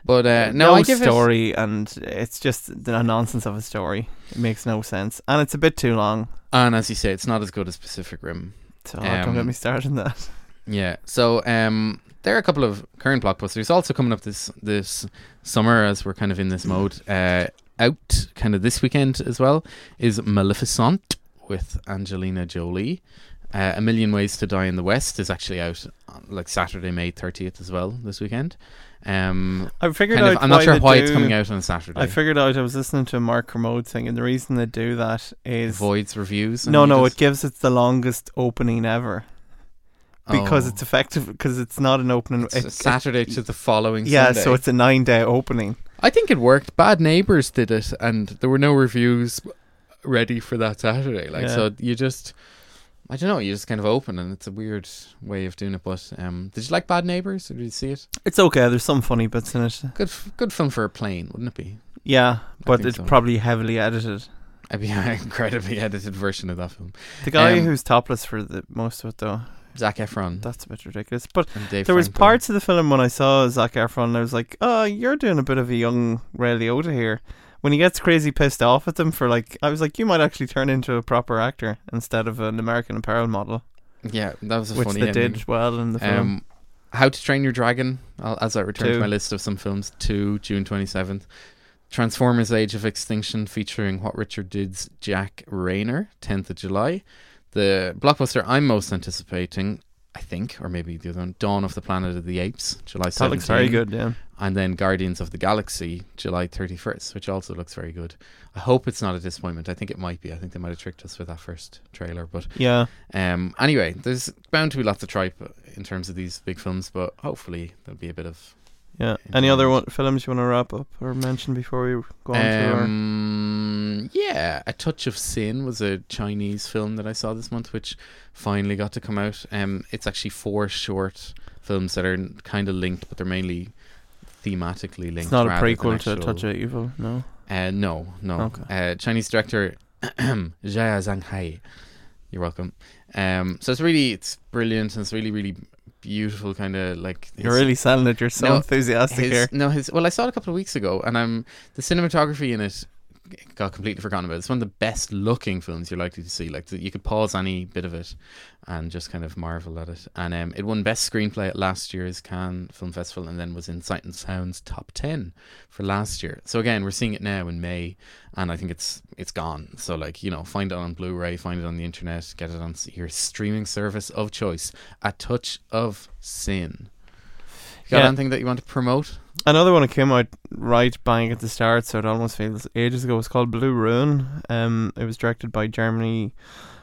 [SPEAKER 1] But uh, no, I give It,
[SPEAKER 2] story, and it's just the nonsense of a story. It makes no sense, and it's a bit too long.
[SPEAKER 1] and as you say, it's not as good as Pacific Rim.
[SPEAKER 2] So don't get
[SPEAKER 1] Um,
[SPEAKER 2] me started on that.
[SPEAKER 1] Yeah. So um, there are a couple of current blockbusters also coming up this this summer as we're kind of in this mode. Uh, out kind of this weekend as well is Maleficent with Angelina Jolie. Uh, a Million Ways to Die in the West is actually out on, like Saturday, May thirtieth as well this weekend. Um,
[SPEAKER 2] I figured
[SPEAKER 1] kind of,
[SPEAKER 2] out.
[SPEAKER 1] I'm not sure
[SPEAKER 2] they
[SPEAKER 1] why it's
[SPEAKER 2] do-
[SPEAKER 1] coming out on a Saturday.
[SPEAKER 2] I figured out. I was listening to a Mark Kermode thing, and the reason they do that is
[SPEAKER 1] Voids reviews. and
[SPEAKER 2] no,
[SPEAKER 1] you
[SPEAKER 2] no.
[SPEAKER 1] just-
[SPEAKER 2] It gives it the longest opening ever because
[SPEAKER 1] Oh.
[SPEAKER 2] it's effective because it's not an opening.
[SPEAKER 1] It's
[SPEAKER 2] it-
[SPEAKER 1] a
[SPEAKER 2] it-
[SPEAKER 1] Saturday to the following
[SPEAKER 2] yeah,
[SPEAKER 1] Sunday.
[SPEAKER 2] so it's a nine-day opening.
[SPEAKER 1] I think it worked. Bad Neighbors did it, and there were no reviews ready for that Saturday. Like,
[SPEAKER 2] Yeah.
[SPEAKER 1] so you just, I don't know, you just kind of open, and it's a weird way of doing it. But um, did you like Bad Neighbors? Or did you see it?
[SPEAKER 2] It's okay. There's some funny bits in it.
[SPEAKER 1] Good, f- good film for a plane, wouldn't it be?
[SPEAKER 2] Yeah, but
[SPEAKER 1] think
[SPEAKER 2] it's
[SPEAKER 1] so.
[SPEAKER 2] probably heavily edited.
[SPEAKER 1] I'd be an incredibly edited version of that film.
[SPEAKER 2] The guy
[SPEAKER 1] Um,
[SPEAKER 2] who's topless for the most of it, though,
[SPEAKER 1] Zac Efron
[SPEAKER 2] that's a bit ridiculous. But
[SPEAKER 1] and Dave.
[SPEAKER 2] there was
[SPEAKER 1] Franco.
[SPEAKER 2] parts of the film when I saw Zac Efron, I was like, "Oh, you're doing a bit of a young Ray Liotta here." When he gets crazy pissed off at them for like, I was like, "You might actually turn into a proper actor instead of an American Apparel model,"
[SPEAKER 1] Yeah, that was a
[SPEAKER 2] which
[SPEAKER 1] funny
[SPEAKER 2] they
[SPEAKER 1] ending.
[SPEAKER 2] did well in the film.
[SPEAKER 1] Um, How to Train Your Dragon, I'll, as I return
[SPEAKER 2] Two.
[SPEAKER 1] to my list of some films, 2, June 27th. Transformers Age of Extinction featuring What Richard Did's Jack Rayner, 10th of July. The blockbuster I'm most anticipating, I think, or maybe the other one, Dawn of the Planet of the Apes, July 17th.
[SPEAKER 2] that looks very good. Yeah,
[SPEAKER 1] And then Guardians of the Galaxy, July 31st, which also looks very good. I hope it's not a disappointment. I think it might be. I think they might have tricked us with that first trailer, but
[SPEAKER 2] yeah.
[SPEAKER 1] um, anyway, there's bound to be lots of tripe in terms of these big films, but hopefully there'll be a bit of.
[SPEAKER 2] Yeah.
[SPEAKER 1] Enjoy
[SPEAKER 2] Any other
[SPEAKER 1] it.
[SPEAKER 2] one, films you want to wrap up or mention before we go on to our
[SPEAKER 1] Um, yeah, A Touch of Sin was a Chinese film that I saw this month, which finally got to come out. Um, it's actually four short films that are kind of linked, but they're mainly thematically linked.
[SPEAKER 2] It's not a
[SPEAKER 1] rather than
[SPEAKER 2] prequel to A
[SPEAKER 1] actual-
[SPEAKER 2] Touch of Evil, no.
[SPEAKER 1] Uh, no, no.
[SPEAKER 2] Okay.
[SPEAKER 1] Uh, Chinese director Zhaya Zhanghai. You're welcome. Um, so it's really, it's brilliant and it's really, really beautiful kind of like.
[SPEAKER 2] You're
[SPEAKER 1] his-
[SPEAKER 2] really selling it. You're so
[SPEAKER 1] No,
[SPEAKER 2] enthusiastic
[SPEAKER 1] his-
[SPEAKER 2] here.
[SPEAKER 1] No, his. Well, I saw it a couple of weeks ago, and I'm the cinematography in it got completely forgotten about. It's one of the best looking films you're likely to see. Like th- you could pause any bit of it and just kind of marvel at it. And um, it won best screenplay at last year's Cannes Film Festival, and then was in Sight and Sound's top ten for last year. So again, we're seeing it now in May, and I think it's it's gone. So like you know, find it on Blu-ray, find it on the internet, get it on s- your streaming service of choice. A touch of sin. You got
[SPEAKER 2] Yeah.
[SPEAKER 1] anything that you want to promote?
[SPEAKER 2] Another one that came out right bang at the start, so it almost feels ages ago. It's called Blue Ruin. Um, it was directed by Jeremy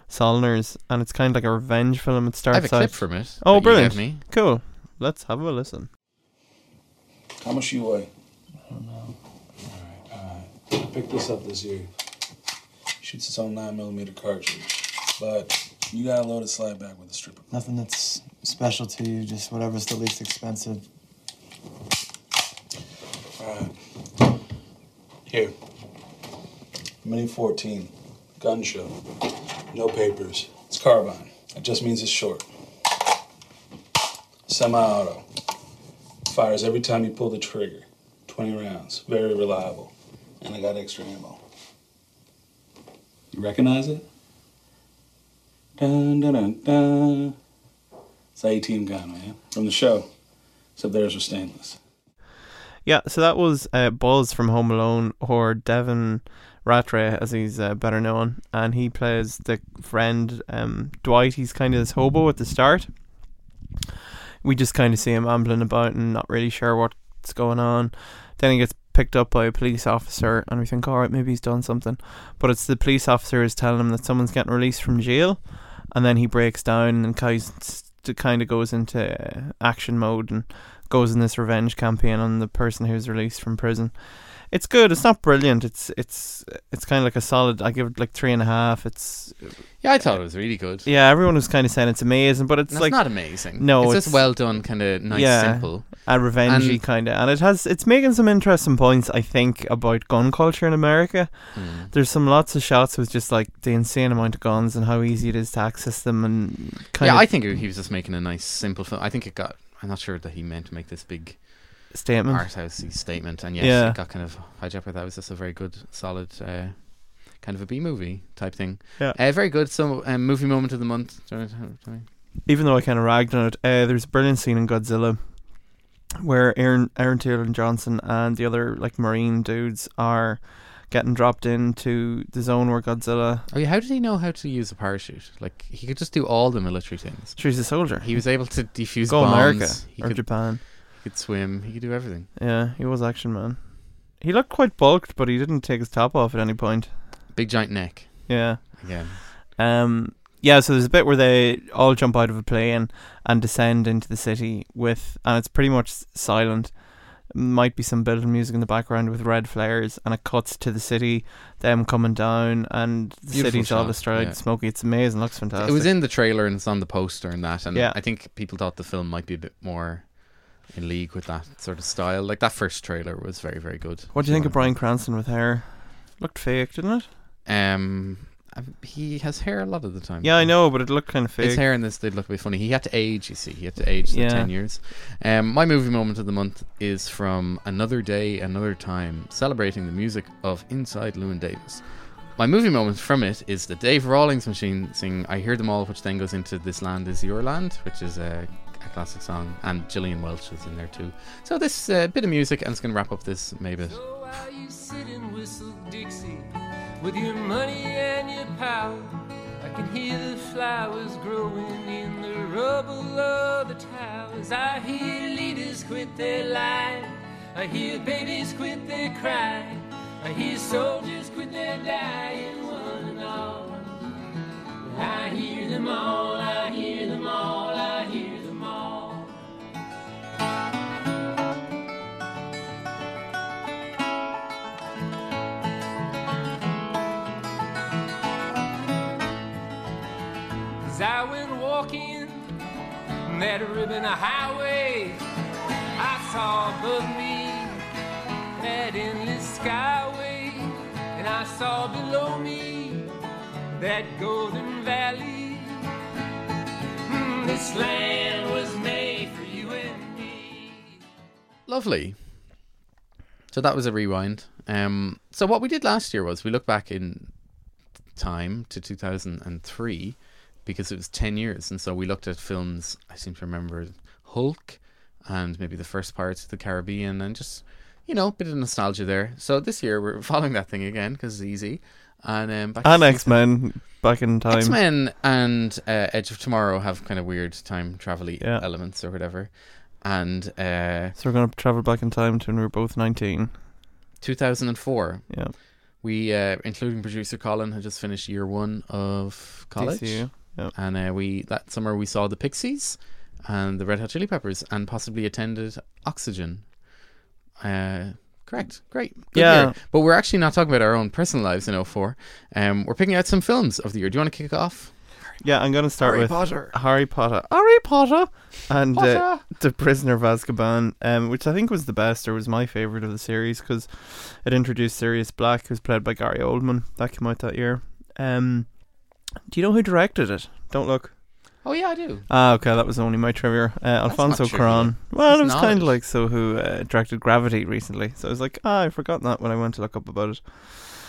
[SPEAKER 2] Solners, and it's kind of like a revenge film. It
[SPEAKER 1] I
[SPEAKER 2] starts
[SPEAKER 1] have a clip
[SPEAKER 2] out
[SPEAKER 1] from it.
[SPEAKER 2] Oh,
[SPEAKER 1] that you gave
[SPEAKER 2] brilliant.
[SPEAKER 1] Me.
[SPEAKER 2] cool. Let's have a listen.
[SPEAKER 9] How much you weigh? I don't know. All right, all right. I picked this up this year. Shoots its own nine millimeter cartridge, but you gotta load it slide back with a stripper.
[SPEAKER 10] Nothing that's special to you, just whatever's the least expensive.
[SPEAKER 9] All right. Here. Mini 14, gun show, no papers. It's carbine. It just means it's short. Semi-auto. Fires every time you pull the trigger. 20 rounds, very reliable. And I got extra ammo. You recognize it? Dun, dun, dun, dun. It's an A-team gun, man. From the show. Except theirs were stainless.
[SPEAKER 2] Yeah, so that was uh, Buzz from Home Alone, or Devin Rattray, as he's uh, better known, and he plays the friend um, Dwight. He's kind of this hobo at the start. We just kind of see him ambling about and not really sure what's going on. Then he gets picked up by a police officer, and we think, all right, maybe he's done something. But it's the police officer is telling him that someone's getting released from jail, and then he breaks down and kind of goes into uh, action mode and goes in this revenge campaign on the person who's released from prison. It's good. It's not brilliant. It's it's it's kind of like a solid. I give it like three and a half. It's
[SPEAKER 1] Yeah, I thought it was really good.
[SPEAKER 2] yeah. Everyone was kind of saying it's amazing, but it's
[SPEAKER 1] It's
[SPEAKER 2] like
[SPEAKER 1] not amazing.
[SPEAKER 2] No,
[SPEAKER 1] it's, just
[SPEAKER 2] it's-
[SPEAKER 1] well done, kind of nice,
[SPEAKER 2] Yeah.
[SPEAKER 1] simple.
[SPEAKER 2] a revengey
[SPEAKER 1] and-
[SPEAKER 2] kind of, and it has it's making some interesting points. I think about gun culture in America.
[SPEAKER 1] Hmm.
[SPEAKER 2] There's some lots of shots with just like the insane amount of guns and how easy it is to access them and kind
[SPEAKER 1] yeah,
[SPEAKER 2] of
[SPEAKER 1] I think he was just making a nice, simple film. I think it got. I'm not sure that he meant to make this big
[SPEAKER 2] statement.
[SPEAKER 1] art housey statement, and yes,
[SPEAKER 2] Yeah.
[SPEAKER 1] it got kind of hijacked. But that was just a very good, solid, uh, kind of a B movie type thing.
[SPEAKER 2] Yeah.
[SPEAKER 1] uh, very good. So, um, movie moment of the month. Do you wanna- do you wanna-
[SPEAKER 2] even though I kind of ragged on it, uh, there's a brilliant scene in Godzilla where Aaron Aaron Taylor Johnson and the other like marine dudes are getting dropped into the zone where Godzilla.
[SPEAKER 1] Oh yeah, how did he know how to use a parachute? Like he could just do all the military things.
[SPEAKER 2] She's a soldier.
[SPEAKER 1] He was able to defuse
[SPEAKER 2] Go
[SPEAKER 1] bombs.
[SPEAKER 2] America
[SPEAKER 1] He
[SPEAKER 2] or
[SPEAKER 1] could,
[SPEAKER 2] Japan.
[SPEAKER 1] he could swim. He could do everything.
[SPEAKER 2] Yeah, he was action man. He looked quite bulked, but he didn't take his top off at any point.
[SPEAKER 1] Big giant neck.
[SPEAKER 2] Yeah.
[SPEAKER 1] Again,
[SPEAKER 2] Um, yeah, so there's a bit where they all jump out of a plane and descend into the city with, and it's pretty much s- silent. Might be some building music in the background with red flares, and it cuts to the city, them coming down, and the
[SPEAKER 1] Beautiful
[SPEAKER 2] city's all
[SPEAKER 1] shot,
[SPEAKER 2] destroyed,
[SPEAKER 1] yeah.
[SPEAKER 2] smoky. It's amazing, looks fantastic.
[SPEAKER 1] it was in the trailer and it's on the poster and that. And
[SPEAKER 2] Yeah.
[SPEAKER 1] I think people thought the film might be a bit more in league with that sort of style. Like that first trailer was very, very good.
[SPEAKER 2] What do you think of
[SPEAKER 1] Brian?
[SPEAKER 2] Brian Cranston with hair? Looked fake, didn't it?
[SPEAKER 1] Um, I- he has hair a lot of the time.
[SPEAKER 2] Yeah, I know, but it looked kind of
[SPEAKER 1] His
[SPEAKER 2] fake.
[SPEAKER 1] hair in this did look a bit funny. He had to age, you see. He had to age the
[SPEAKER 2] Yeah.
[SPEAKER 1] 10 years. Um, my movie moment of the month is from Another Day, Another Time, celebrating the music of Inside Lewin Davis. My movie moment from it is the Dave Rawlings machine singing I Hear Them All, which then goes into This Land Is Your Land, which is a, a classic song, and Gillian Welch is in there too. So, this uh, bit of music, and it's going to wrap up this maybe.
[SPEAKER 11] So while you sit and whistle Dixie with your money and your power, I can hear the flowers growing in the rubble of the towers. I hear leaders quit their line. I hear babies quit their crying. I hear soldiers quit their dying one and all. I hear them all. I hear them all. I hear them all. As I went walking that ribbon of highway, I saw above me that endless skyway, and I saw below me that golden valley. Mm, this land was made for you and me.
[SPEAKER 1] Lovely. So that was a rewind. Um, so what we did last year was we looked back in time to 2003 because it was 10 years, and so we looked at films. I seem to remember Hulk and maybe the first Pirates of the Caribbean, and just you know, a bit of nostalgia there. So this year we're following that thing again because it's easy. And um, back to
[SPEAKER 2] And
[SPEAKER 1] season-
[SPEAKER 2] X Men back in time.
[SPEAKER 1] X Men and uh, Edge of Tomorrow have kind of weird time travel elements or whatever. And uh,
[SPEAKER 2] So we're gonna travel back in time to when we were both nineteen.
[SPEAKER 1] 2004.
[SPEAKER 2] Yeah.
[SPEAKER 1] We, uh, including producer Colin, had just finished year one of college,
[SPEAKER 2] DCU,
[SPEAKER 1] and uh, we that summer we saw the Pixies and the Red Hot Chili Peppers, and possibly attended Oxygen. Uh, correct, great, Good
[SPEAKER 2] Yeah.
[SPEAKER 1] year. But we're actually not talking about our own personal lives in 04. Um, we're picking out some films of the year. Do you want to kick off?
[SPEAKER 2] Yeah, I'm gonna start
[SPEAKER 1] Harry
[SPEAKER 2] with
[SPEAKER 1] Potter.
[SPEAKER 2] Harry Potter. Harry Potter and uh,
[SPEAKER 1] Potter.
[SPEAKER 2] the Prisoner of Azkaban, um, which I think was the best or was my favorite of the series because it introduced Sirius Black, who's played by Gary Oldman. That came out that year. Um, do you know who directed it? Don't look.
[SPEAKER 1] Oh yeah, I do.
[SPEAKER 2] Ah, okay, that was only my trivia. Uh, Alfonso
[SPEAKER 1] not trivia.
[SPEAKER 2] Cuarón. Well,
[SPEAKER 1] That's
[SPEAKER 2] it was kind
[SPEAKER 1] knowledge.
[SPEAKER 2] of like so who uh, directed Gravity recently. So I was like, ah, I forgot that when I went to look up about it.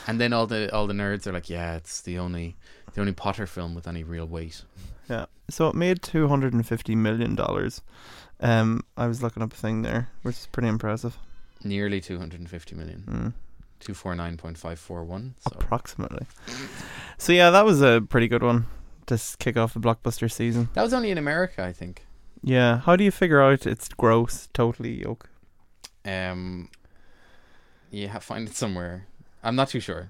[SPEAKER 1] And then all the all the nerds are like, yeah, it's the only the only Potter film with any real weight.
[SPEAKER 2] Yeah. So it made two hundred and fifty million dollars. Um, I was looking up a thing there, which is pretty impressive.
[SPEAKER 1] Nearly 250 million.
[SPEAKER 2] Mm.
[SPEAKER 1] 249.541. So
[SPEAKER 2] approximately. So yeah, that was a pretty good one to s- kick off the blockbuster season.
[SPEAKER 1] that was only in America, I think.
[SPEAKER 2] Yeah, how do you figure out it's gross, totally yoke?
[SPEAKER 1] Um, you ha find it somewhere. I'm not too sure.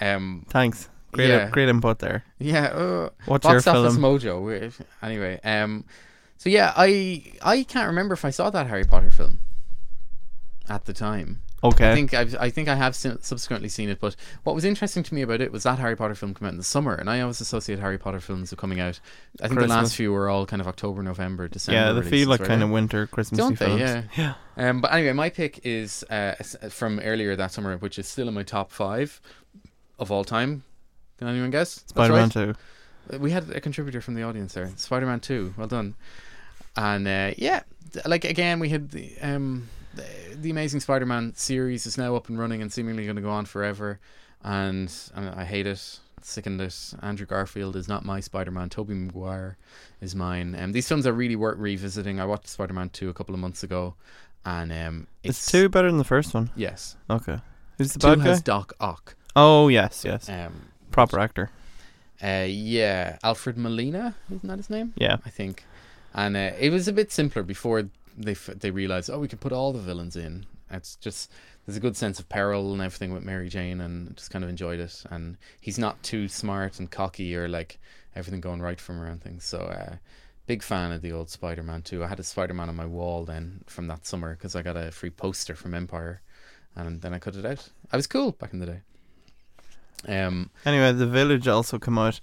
[SPEAKER 1] Um,
[SPEAKER 2] Thanks, great,
[SPEAKER 1] Yeah.
[SPEAKER 2] great input there.
[SPEAKER 1] Yeah. Uh,
[SPEAKER 2] What's
[SPEAKER 1] box
[SPEAKER 2] your
[SPEAKER 1] office
[SPEAKER 2] film?
[SPEAKER 1] mojo? Weird. Anyway, um, so yeah, I I can't remember if I saw that Harry Potter film at the time.
[SPEAKER 2] Okay.
[SPEAKER 1] I think I've, I think I have sin- subsequently seen it, but what was interesting to me about it was that Harry Potter film came out in the summer, and I always associate Harry Potter films with coming out. I think the
[SPEAKER 2] Christmas.
[SPEAKER 1] last few were all kind of October, November, December.
[SPEAKER 2] Yeah, they
[SPEAKER 1] releases,
[SPEAKER 2] feel like
[SPEAKER 1] right?
[SPEAKER 2] kind of winter Christmassy
[SPEAKER 1] Don't they?
[SPEAKER 2] films.
[SPEAKER 1] Yeah. yeah. Um, but anyway, my pick is uh, s- from earlier that summer, which is still in my top five of all time. Can anyone guess? That's
[SPEAKER 2] Spider-Man
[SPEAKER 1] right. Uh, We had a contributor from the audience there. Spider Man Two. Well done. And uh, yeah, th- like again, we had the um, the, the Amazing Spider Man series is now up and running and seemingly going to go on forever. And uh, I hate it. Sickened it. Andrew Garfield is not my Spider Man. Tobey Maguire is mine. Um, these films are really worth revisiting. I watched Spider Man Two a couple of months ago, and um,
[SPEAKER 2] It's, two better than the first one.
[SPEAKER 1] Yes.
[SPEAKER 2] Okay. Who's the
[SPEAKER 1] Two
[SPEAKER 2] bad guy?
[SPEAKER 1] has Doc Ock.
[SPEAKER 2] oh yes, yes.
[SPEAKER 1] Um,
[SPEAKER 2] Proper actor.
[SPEAKER 1] Uh, yeah, Alfred Molina, isn't that his name?
[SPEAKER 2] Yeah.
[SPEAKER 1] I think. And uh, it was a bit simpler before they f- they realized, oh, we can put all the villains in. It's just there's a good sense of peril and everything with Mary Jane, and just kind of enjoyed it. And he's not too smart and cocky or like everything going right from her and things. So. Uh, Big fan of the old Spider-Man too. I had a Spider-Man on my wall then from that summer because I got a free poster from Empire, and then I cut it out. I was cool back in the day. Um,
[SPEAKER 2] Anyway, The Village also came out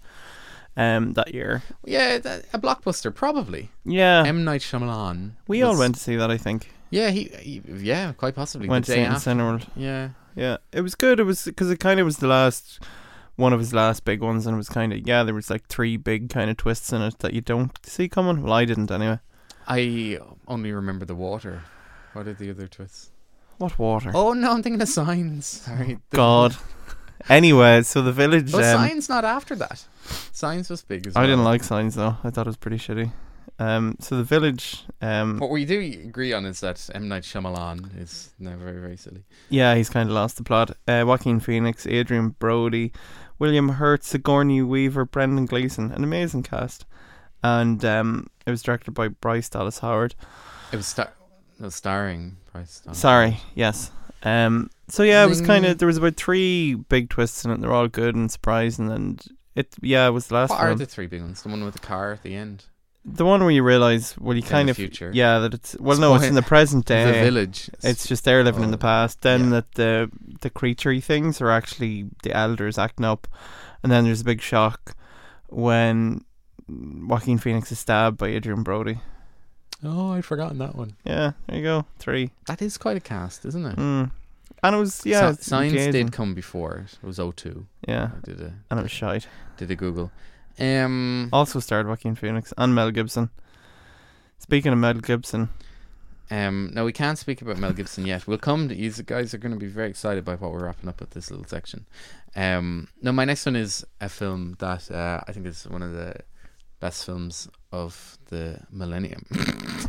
[SPEAKER 2] um that year.
[SPEAKER 1] Yeah, that, a blockbuster probably.
[SPEAKER 2] Yeah.
[SPEAKER 1] M Night Shyamalan.
[SPEAKER 2] We all
[SPEAKER 1] was-
[SPEAKER 2] went to see that, I think.
[SPEAKER 1] Yeah, he, he- Yeah, quite possibly.
[SPEAKER 2] Went
[SPEAKER 1] the
[SPEAKER 2] to
[SPEAKER 1] day
[SPEAKER 2] see it in
[SPEAKER 1] after.
[SPEAKER 2] Cineworld.
[SPEAKER 1] Yeah.
[SPEAKER 2] Yeah, it was good. It was because it kind of was the last one of his last big ones, and it was kind of yeah. There was like three big kind of twists in it that you don't see coming. Well, I didn't anyway.
[SPEAKER 1] I only remember the water. What are the other twists?
[SPEAKER 2] What water?
[SPEAKER 1] Oh no, I'm thinking of signs. Sorry. The-
[SPEAKER 2] God. anyway, so the village.
[SPEAKER 1] But
[SPEAKER 2] um,
[SPEAKER 1] signs not after that. Signs was big as well.
[SPEAKER 2] I didn't like signs though. I thought it was pretty shitty. Um, so the village. Um,
[SPEAKER 1] What we do agree on is that M Night Shyamalan is now very very silly.
[SPEAKER 2] yeah, he's kind of lost the plot. Uh, Joaquin Phoenix, Adrian Brody, William Hurt, Sigourney Weaver, Brendan Gleeson, an amazing cast, and um, it was directed by Bryce Dallas Howard.
[SPEAKER 1] It was star. It was starring Price. Dunn.
[SPEAKER 2] Sorry. Yes. Um. So yeah, it was kind
[SPEAKER 1] Zing.
[SPEAKER 2] of there was about three big twists in it. They're all good and surprising, and it yeah it was the last
[SPEAKER 1] What are
[SPEAKER 2] one.
[SPEAKER 1] the
[SPEAKER 2] The,
[SPEAKER 1] three big ones? The one with the car at the end.
[SPEAKER 2] one where you realize well you
[SPEAKER 1] In
[SPEAKER 2] kind
[SPEAKER 1] the
[SPEAKER 2] of
[SPEAKER 1] future.
[SPEAKER 2] yeah that it's well no it's in the present
[SPEAKER 1] The
[SPEAKER 2] day
[SPEAKER 1] village. Oh,
[SPEAKER 2] It's just they're living in the past. Then that the the creaturey things are actually the elders acting up, and then there's a big shock when Joaquin Phoenix is stabbed by Adrian Brody.
[SPEAKER 1] Oh, I'd forgotten that one.
[SPEAKER 2] Yeah, there you go. Three.
[SPEAKER 1] That is quite a cast, isn't it?
[SPEAKER 2] Mm. And it was yeah.
[SPEAKER 1] Si-
[SPEAKER 2] it's
[SPEAKER 1] Signs
[SPEAKER 2] engaging.
[SPEAKER 1] did come before. It was 02.
[SPEAKER 2] Yeah.
[SPEAKER 1] I did a
[SPEAKER 2] and it was shite.
[SPEAKER 1] did a Google. Um,
[SPEAKER 2] Also starred Joaquin Phoenix and Mel Gibson. Speaking of Mel Gibson,
[SPEAKER 1] Um, no, we can't speak about Mel Gibson yet. We'll come to you guys are going to be very excited by what we're wrapping up with this little section. Um, no, my next one is a film that uh, I think is one of the best films of the millennium.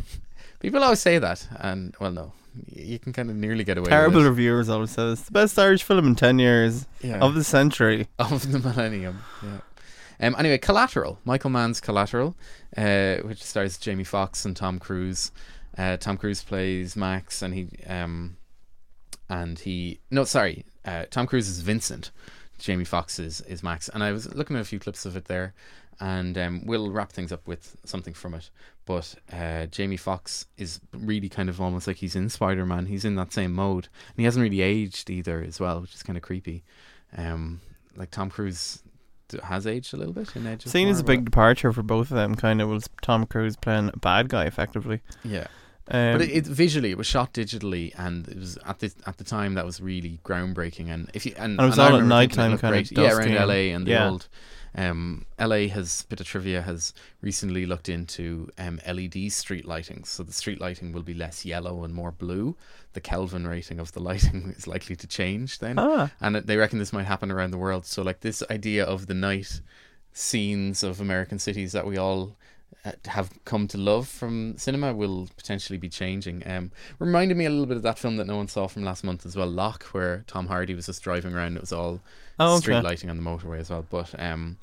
[SPEAKER 1] People always say that, and well, no, y- you can kind of nearly get away.
[SPEAKER 2] Terrible
[SPEAKER 1] with it.
[SPEAKER 2] reviewers always say this. The best Irish film in 10 years
[SPEAKER 1] Yeah.
[SPEAKER 2] of the century.
[SPEAKER 1] of the millennium. Yeah. Um, anyway, Collateral, Michael Mann's Collateral, uh, which stars Jamie Foxx and Tom Cruise. Uh, Tom Cruise plays Max, and he um, and he no, sorry, uh, Tom Cruise is Vincent. Jamie Foxx is, is Max, and I was looking at a few clips of it there, and um, we'll wrap things up with something from it. But uh, Jamie Foxx is really kind of almost like he's in Spider Man. He's in that same mode, and he hasn't really aged either, as well, which is kind of creepy. Um, like Tom Cruise d- has aged a little bit in Edge of
[SPEAKER 2] Seen as a
[SPEAKER 1] Tomorrow,
[SPEAKER 2] big departure for both of them, kind of. Well, Tom Cruise playing a bad guy, effectively.
[SPEAKER 1] Yeah.
[SPEAKER 2] Um,
[SPEAKER 1] but it, it visually it was shot digitally, and it was at the at the time that was really groundbreaking. And if you and,
[SPEAKER 2] And it was
[SPEAKER 1] I
[SPEAKER 2] all
[SPEAKER 1] remember
[SPEAKER 2] at
[SPEAKER 1] thinking it
[SPEAKER 2] nighttime,
[SPEAKER 1] looked
[SPEAKER 2] kind of
[SPEAKER 1] great. yeah,
[SPEAKER 2] dusky
[SPEAKER 1] around
[SPEAKER 2] and-
[SPEAKER 1] LA and the
[SPEAKER 2] yeah.
[SPEAKER 1] old. Um, LA has bit of trivia has recently looked into um, LED street lighting, so the street lighting will be less yellow and more blue. The Kelvin rating of the lighting is likely to change then,
[SPEAKER 2] Ah.
[SPEAKER 1] and it- they reckon this might happen around the world. So like this idea of the night scenes of American cities that we all uh, have come to love from cinema will potentially be changing. Um, reminded me a little bit of that film that no one saw from last month as well, Lock, where Tom Hardy was just driving around. It was all
[SPEAKER 2] Oh, okay.
[SPEAKER 1] street lighting on the motorway as well. But um,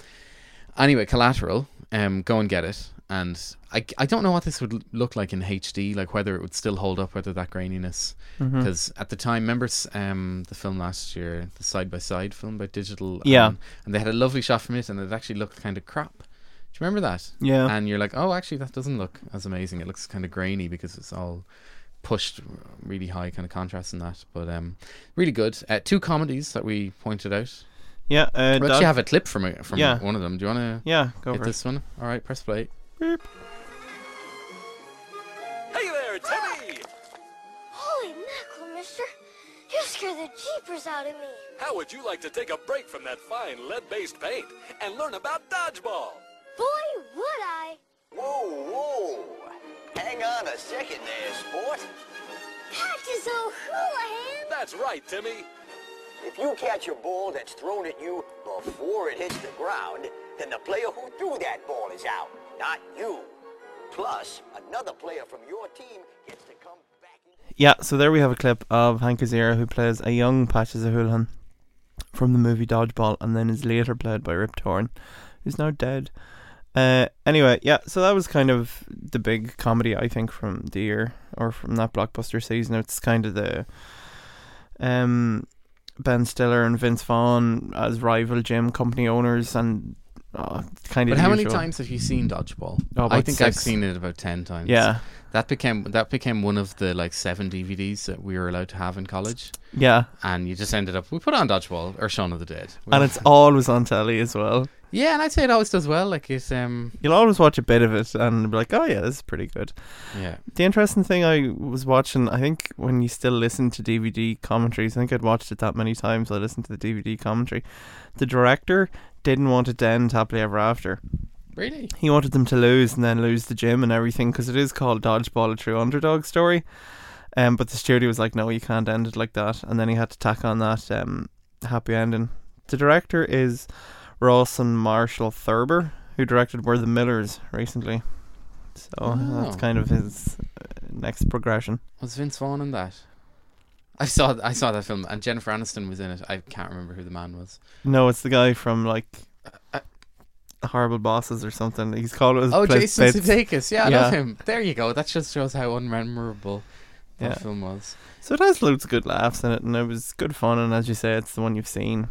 [SPEAKER 1] anyway, Collateral, um, go and get it. And I, I don't know what this would l- look like in HD, like whether it would still hold up, whether that graininess.
[SPEAKER 2] Mhm.
[SPEAKER 1] Because at the time, remember s- um, the film last year, the side by side film by Digital?
[SPEAKER 2] Yeah.
[SPEAKER 1] Um, and they had a lovely shot from it, and it actually looked kind of crap. Do you remember that?
[SPEAKER 2] Yeah.
[SPEAKER 1] And you're like, oh, actually, that doesn't look as amazing. It looks kind of grainy because it's all pushed really high kind of contrast and that. But um, really good. Uh, two comedies that we pointed out.
[SPEAKER 2] Yeah, uh,
[SPEAKER 1] we actually
[SPEAKER 2] Dog-
[SPEAKER 1] have a clip from it, from
[SPEAKER 2] Yeah.
[SPEAKER 1] one of them. Do you want to?
[SPEAKER 2] Yeah, go
[SPEAKER 1] hit
[SPEAKER 2] for it.
[SPEAKER 1] this one. All right, press play.
[SPEAKER 12] Hey there, Timmy!
[SPEAKER 13] Holy mackerel, mister. You scared the jeepers out of me.
[SPEAKER 12] How would you like to take a break from that fine lead-based paint and learn about dodgeball?
[SPEAKER 13] Boy, would I.
[SPEAKER 14] Whoa, whoa. Hang on a second there, sport.
[SPEAKER 13] Patches O'Houlihan.
[SPEAKER 12] That's right, Timmy.
[SPEAKER 14] If you catch a ball that's thrown at you before it hits the ground, then the player who threw that ball is out, not you. Plus, another player from your team gets to come back.
[SPEAKER 2] Yeah, so there we have a clip of Hank Azaria, who plays a young Patches O'Houlihan from the movie Dodgeball, and then is later played by Rip Torn, who's now dead. Uh, anyway, yeah, so that was kind of the big comedy I think from the year or from that blockbuster season. It's kind of the um, Ben Stiller and Vince Vaughn as rival gym company owners, and uh, kind of.
[SPEAKER 1] But how
[SPEAKER 2] the
[SPEAKER 1] many
[SPEAKER 2] usual.
[SPEAKER 1] times have you seen Dodgeball?
[SPEAKER 2] Oh,
[SPEAKER 1] I
[SPEAKER 2] about
[SPEAKER 1] think i I've
[SPEAKER 2] six.
[SPEAKER 1] seen it about ten times.
[SPEAKER 2] Yeah.
[SPEAKER 1] that became that became one of the like seven DVDs that we were allowed to have in college.
[SPEAKER 2] Yeah.
[SPEAKER 1] and you just ended up we put on Dodgeball or Shaun of the Dead,
[SPEAKER 2] and it's always on telly as well.
[SPEAKER 1] yeah, and I'd say it always does well. Like it's um,
[SPEAKER 2] You'll always watch a bit of it and be like, oh yeah, this is pretty good.
[SPEAKER 1] Yeah.
[SPEAKER 2] The interesting thing I was watching, I think when you still listen to DVD commentaries, I think I'd watched it that many times. I listened to the DVD commentary. The director didn't want it to end happily ever after.
[SPEAKER 1] Really?
[SPEAKER 2] He wanted them to lose and then lose the gym and everything because it is called Dodgeball, a true underdog story. Um, but the studio was like, no, you can't end it like that. And then he had to tack on that um, happy ending. The director is Rawson Marshall Thurber, who directed Were the Millers recently. So that's
[SPEAKER 1] Oh.
[SPEAKER 2] kind of his uh, next progression.
[SPEAKER 1] was Vince Vaughn in that? I saw I saw that film and Jennifer Aniston was in it. I can't remember who the man was.
[SPEAKER 2] No, it's the guy from like Horrible Bosses or something. He's called it.
[SPEAKER 1] Uh, Oh, Jason Sudeikis. Yeah, I love him. There you go. That just shows how unmemorable that
[SPEAKER 2] Yeah.
[SPEAKER 1] film was.
[SPEAKER 2] So it has loads of good laughs in it, and it was good fun. And as you say, it's the one you've seen.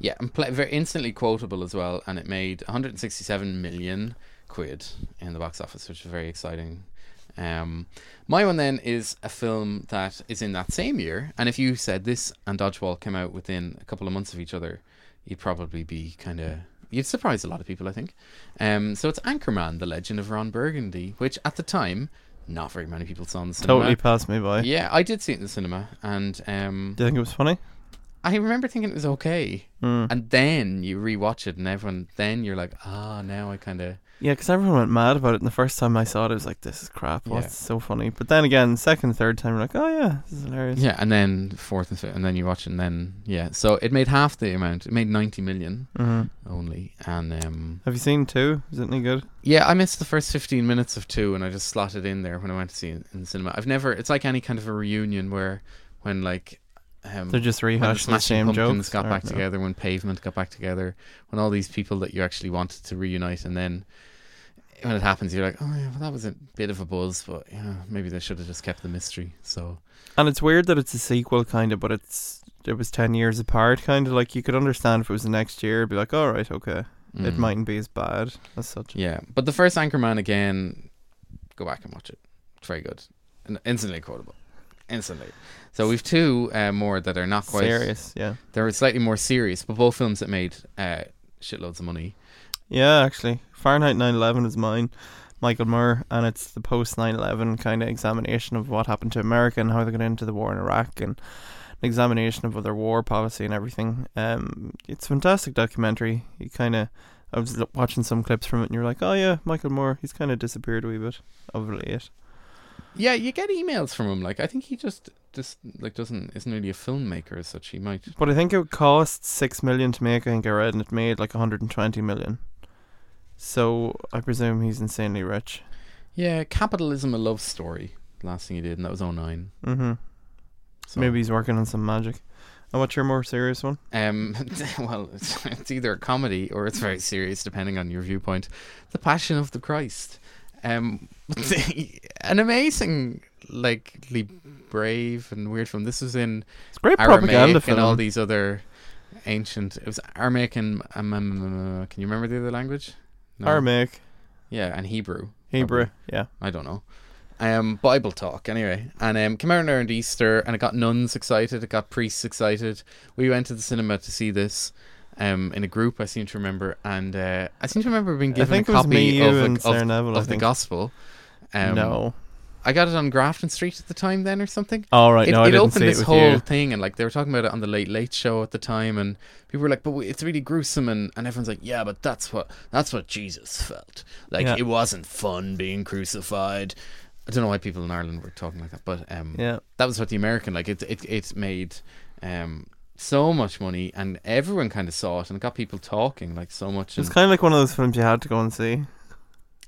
[SPEAKER 1] Yeah, and pla very instantly quotable as well, and it made 167 million quid in the box office, which is very exciting. Um, my one then is a film that is in that same year, and if you said this and Dodgeball came out within a couple of months of each other, you'd probably be kind of you'd surprise a lot of people, I think. Um, so it's Anchorman: The Legend of Ron Burgundy, which at the time not very many people saw in the cinema.
[SPEAKER 2] Totally passed me by.
[SPEAKER 1] Yeah, I did see it in the cinema, and um,
[SPEAKER 2] Do you think it was funny?
[SPEAKER 1] I remember thinking it was okay,
[SPEAKER 2] Mm.
[SPEAKER 1] and then you rewatch it, and everyone, then you're like, ah, now I kind of
[SPEAKER 2] Yeah, because everyone went mad about it. And the first time I saw it, I was like, "This is crap. What's
[SPEAKER 1] Yeah.
[SPEAKER 2] so funny?" But then again, second, third time, you're like, "Oh yeah, this is hilarious."
[SPEAKER 1] Yeah, and then fourth and fifth, and then you watch, it and then yeah. So it made half the amount. It made ninety million
[SPEAKER 2] Mhm.
[SPEAKER 1] only, and um,
[SPEAKER 2] Have you seen two? Is it any good?
[SPEAKER 1] yeah, I missed the first fifteen minutes of two, and I just slotted in there when I went to see it in the cinema. I've never. It's like any kind of a reunion where, when like. Um,
[SPEAKER 2] They're just
[SPEAKER 1] when
[SPEAKER 2] rehashing the
[SPEAKER 1] Smashing
[SPEAKER 2] same
[SPEAKER 1] Pumpkins
[SPEAKER 2] jokes,
[SPEAKER 1] got
[SPEAKER 2] or-
[SPEAKER 1] back
[SPEAKER 2] no.
[SPEAKER 1] together when Pavement got back together when all these people that you actually wanted to reunite and then when it happens you're like oh yeah well that was a bit of a buzz but yeah maybe they should have just kept the mystery so
[SPEAKER 2] And it's weird that it's a sequel, kind of, but it's it was ten years apart, kind of. Like you could understand if it was the next year, it'd be like, "All right, okay, it
[SPEAKER 1] Mm.
[SPEAKER 2] mightn't be as bad as such."
[SPEAKER 1] Yeah, but the first Anchorman again, go back and watch it. It's very good, and instantly quotable, instantly. So we've two uh, more that are not quite
[SPEAKER 2] Serious, yeah.
[SPEAKER 1] They're slightly more serious, but both films that made uh, shitloads of money.
[SPEAKER 2] Yeah, actually, Fahrenheit 9/11 is mine, Michael Moore, and it's the post 9/11 kind of examination of what happened to America and how they got into the war in Iraq and an examination of their war policy and everything. Um, it's a fantastic documentary. You kind of, I was l- watching some clips from it, and you're like, oh yeah, Michael Moore, he's kind of disappeared a wee bit of late.
[SPEAKER 1] Yeah, you get emails from him. Like I think he just just like doesn't isn't really a filmmaker as such. He might.
[SPEAKER 2] But I think it cost six million to make. I think I read, and it made like 120 million. So I presume he's insanely rich.
[SPEAKER 1] Yeah, capitalism, a love story. Last thing he did, and that was 09.
[SPEAKER 2] Mm-hmm.
[SPEAKER 1] So-
[SPEAKER 2] Maybe he's working on some magic. And what's your more serious one?
[SPEAKER 1] Um, well, it's, it's either a comedy or it's very serious, depending on your viewpoint. The Passion of the Christ. Um, an amazing, likely brave and weird film. This was in it's
[SPEAKER 2] great propaganda
[SPEAKER 1] and all
[SPEAKER 2] film.
[SPEAKER 1] these other ancient. It was Aramaic and um, um, uh, can you remember the other language?
[SPEAKER 2] Aramaic.
[SPEAKER 1] Yeah, and Hebrew.
[SPEAKER 2] Hebrew, yeah.
[SPEAKER 1] I don't know. Um, Bible talk, anyway. And um, came out around Easter, and it got nuns excited, it got priests excited. We went to the cinema to see this um, in a group, I seem to remember. And uh, I seem to remember being
[SPEAKER 2] I
[SPEAKER 1] given
[SPEAKER 2] think
[SPEAKER 1] a
[SPEAKER 2] it was
[SPEAKER 1] copy
[SPEAKER 2] me, you,
[SPEAKER 1] of, a-
[SPEAKER 2] and
[SPEAKER 1] of,
[SPEAKER 2] Sarah Neville, I
[SPEAKER 1] of the
[SPEAKER 2] think.
[SPEAKER 1] Gospel. Um,
[SPEAKER 2] No.
[SPEAKER 1] I got it on Grafton Street at the time, then, or something.
[SPEAKER 2] All right,
[SPEAKER 1] it,
[SPEAKER 2] no, I
[SPEAKER 1] it
[SPEAKER 2] didn't
[SPEAKER 1] opened
[SPEAKER 2] see it
[SPEAKER 1] this
[SPEAKER 2] with
[SPEAKER 1] whole
[SPEAKER 2] you.
[SPEAKER 1] thing, and like they were talking about it on the Late Late Show at the time, and people were like, "But we- it's really gruesome," and, and everyone's like, "Yeah, but that's what that's what Jesus felt. Like
[SPEAKER 2] Yeah.
[SPEAKER 1] it wasn't fun being crucified." I don't know why people in Ireland were talking like that, but um,
[SPEAKER 2] Yeah.
[SPEAKER 1] that was what the American like. It it it made um so much money, and everyone kind of saw it, and it got people talking like so much.
[SPEAKER 2] It's
[SPEAKER 1] and-
[SPEAKER 2] kind of like one of those films you had to go and see.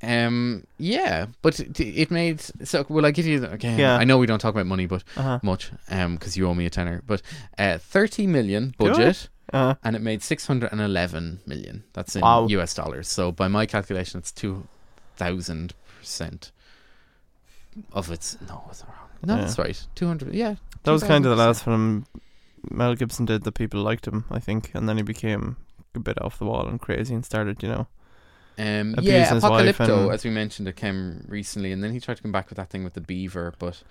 [SPEAKER 1] um. Yeah, but it, it made so. Will I give you the, again?
[SPEAKER 2] Yeah.
[SPEAKER 1] I know we don't talk about money, but
[SPEAKER 2] Uh-huh.
[SPEAKER 1] much. Um, because you owe me a tenner. But uh, thirty million
[SPEAKER 2] Good.
[SPEAKER 1] budget.
[SPEAKER 2] Uh-huh.
[SPEAKER 1] And it made six hundred and eleven million. That's in
[SPEAKER 2] Wow.
[SPEAKER 1] U.S. dollars. So by my calculation, it's two thousand percent of its. No, it's wrong. No,
[SPEAKER 2] Yeah.
[SPEAKER 1] that's right. Two hundred. Yeah.
[SPEAKER 2] That was kind of the last film Mel Gibson did that people liked him, I think, and then he became a bit off the wall and crazy and started, you know,
[SPEAKER 1] Um,
[SPEAKER 2] abusing
[SPEAKER 1] yeah,
[SPEAKER 2] his wife
[SPEAKER 1] Apocalypto,
[SPEAKER 2] and-
[SPEAKER 1] as we mentioned, it came recently, and then he tried to come back with that thing with the beaver. But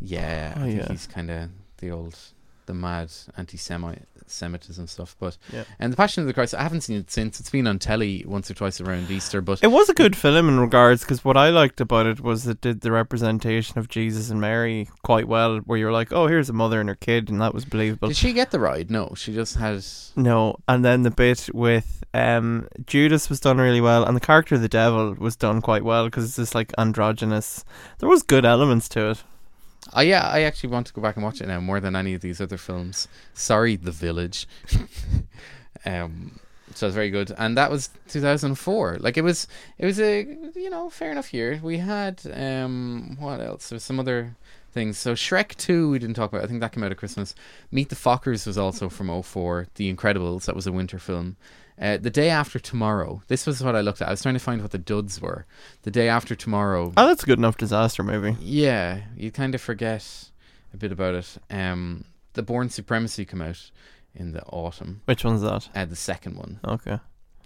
[SPEAKER 1] yeah,
[SPEAKER 2] Oh,
[SPEAKER 1] I think
[SPEAKER 2] yeah.
[SPEAKER 1] he's kind of the old, the mad anti-Semitism stuff. But
[SPEAKER 2] Yeah.
[SPEAKER 1] and the Passion of the Christ, I haven't seen it since. It's been on telly once or twice around Easter, but
[SPEAKER 2] It was a good film in regards because what I liked about it was it did the representation of Jesus and Mary quite well, where you're like, oh, here's a mother and her kid, and that was believable.
[SPEAKER 1] did she get the ride? No, she just had.
[SPEAKER 2] No, and then the bit with um, Judas was done really well, and the character of the devil was done quite well because it's just like androgynous. There was good elements to it.
[SPEAKER 1] Oh yeah, I actually want to go back and watch it now more than any of these other films. Sorry, The Village. um, so it's very good, and that was 2004. Like it was, it was a you know fair enough year. We had um what else? There was some other things. So Shrek 2 we didn't talk about. I think that came out at Christmas. Meet the Fockers was also from 04. The Incredibles that was a winter film. Uh, the day after tomorrow. This was what I looked at. I was trying to find what the duds were. The day after tomorrow.
[SPEAKER 2] Oh, that's a good enough disaster movie.
[SPEAKER 1] Yeah, you kind of forget a bit about it. Um, the Born Supremacy come out in the autumn.
[SPEAKER 2] Which one's that?
[SPEAKER 1] Uh, the second one.
[SPEAKER 2] Okay.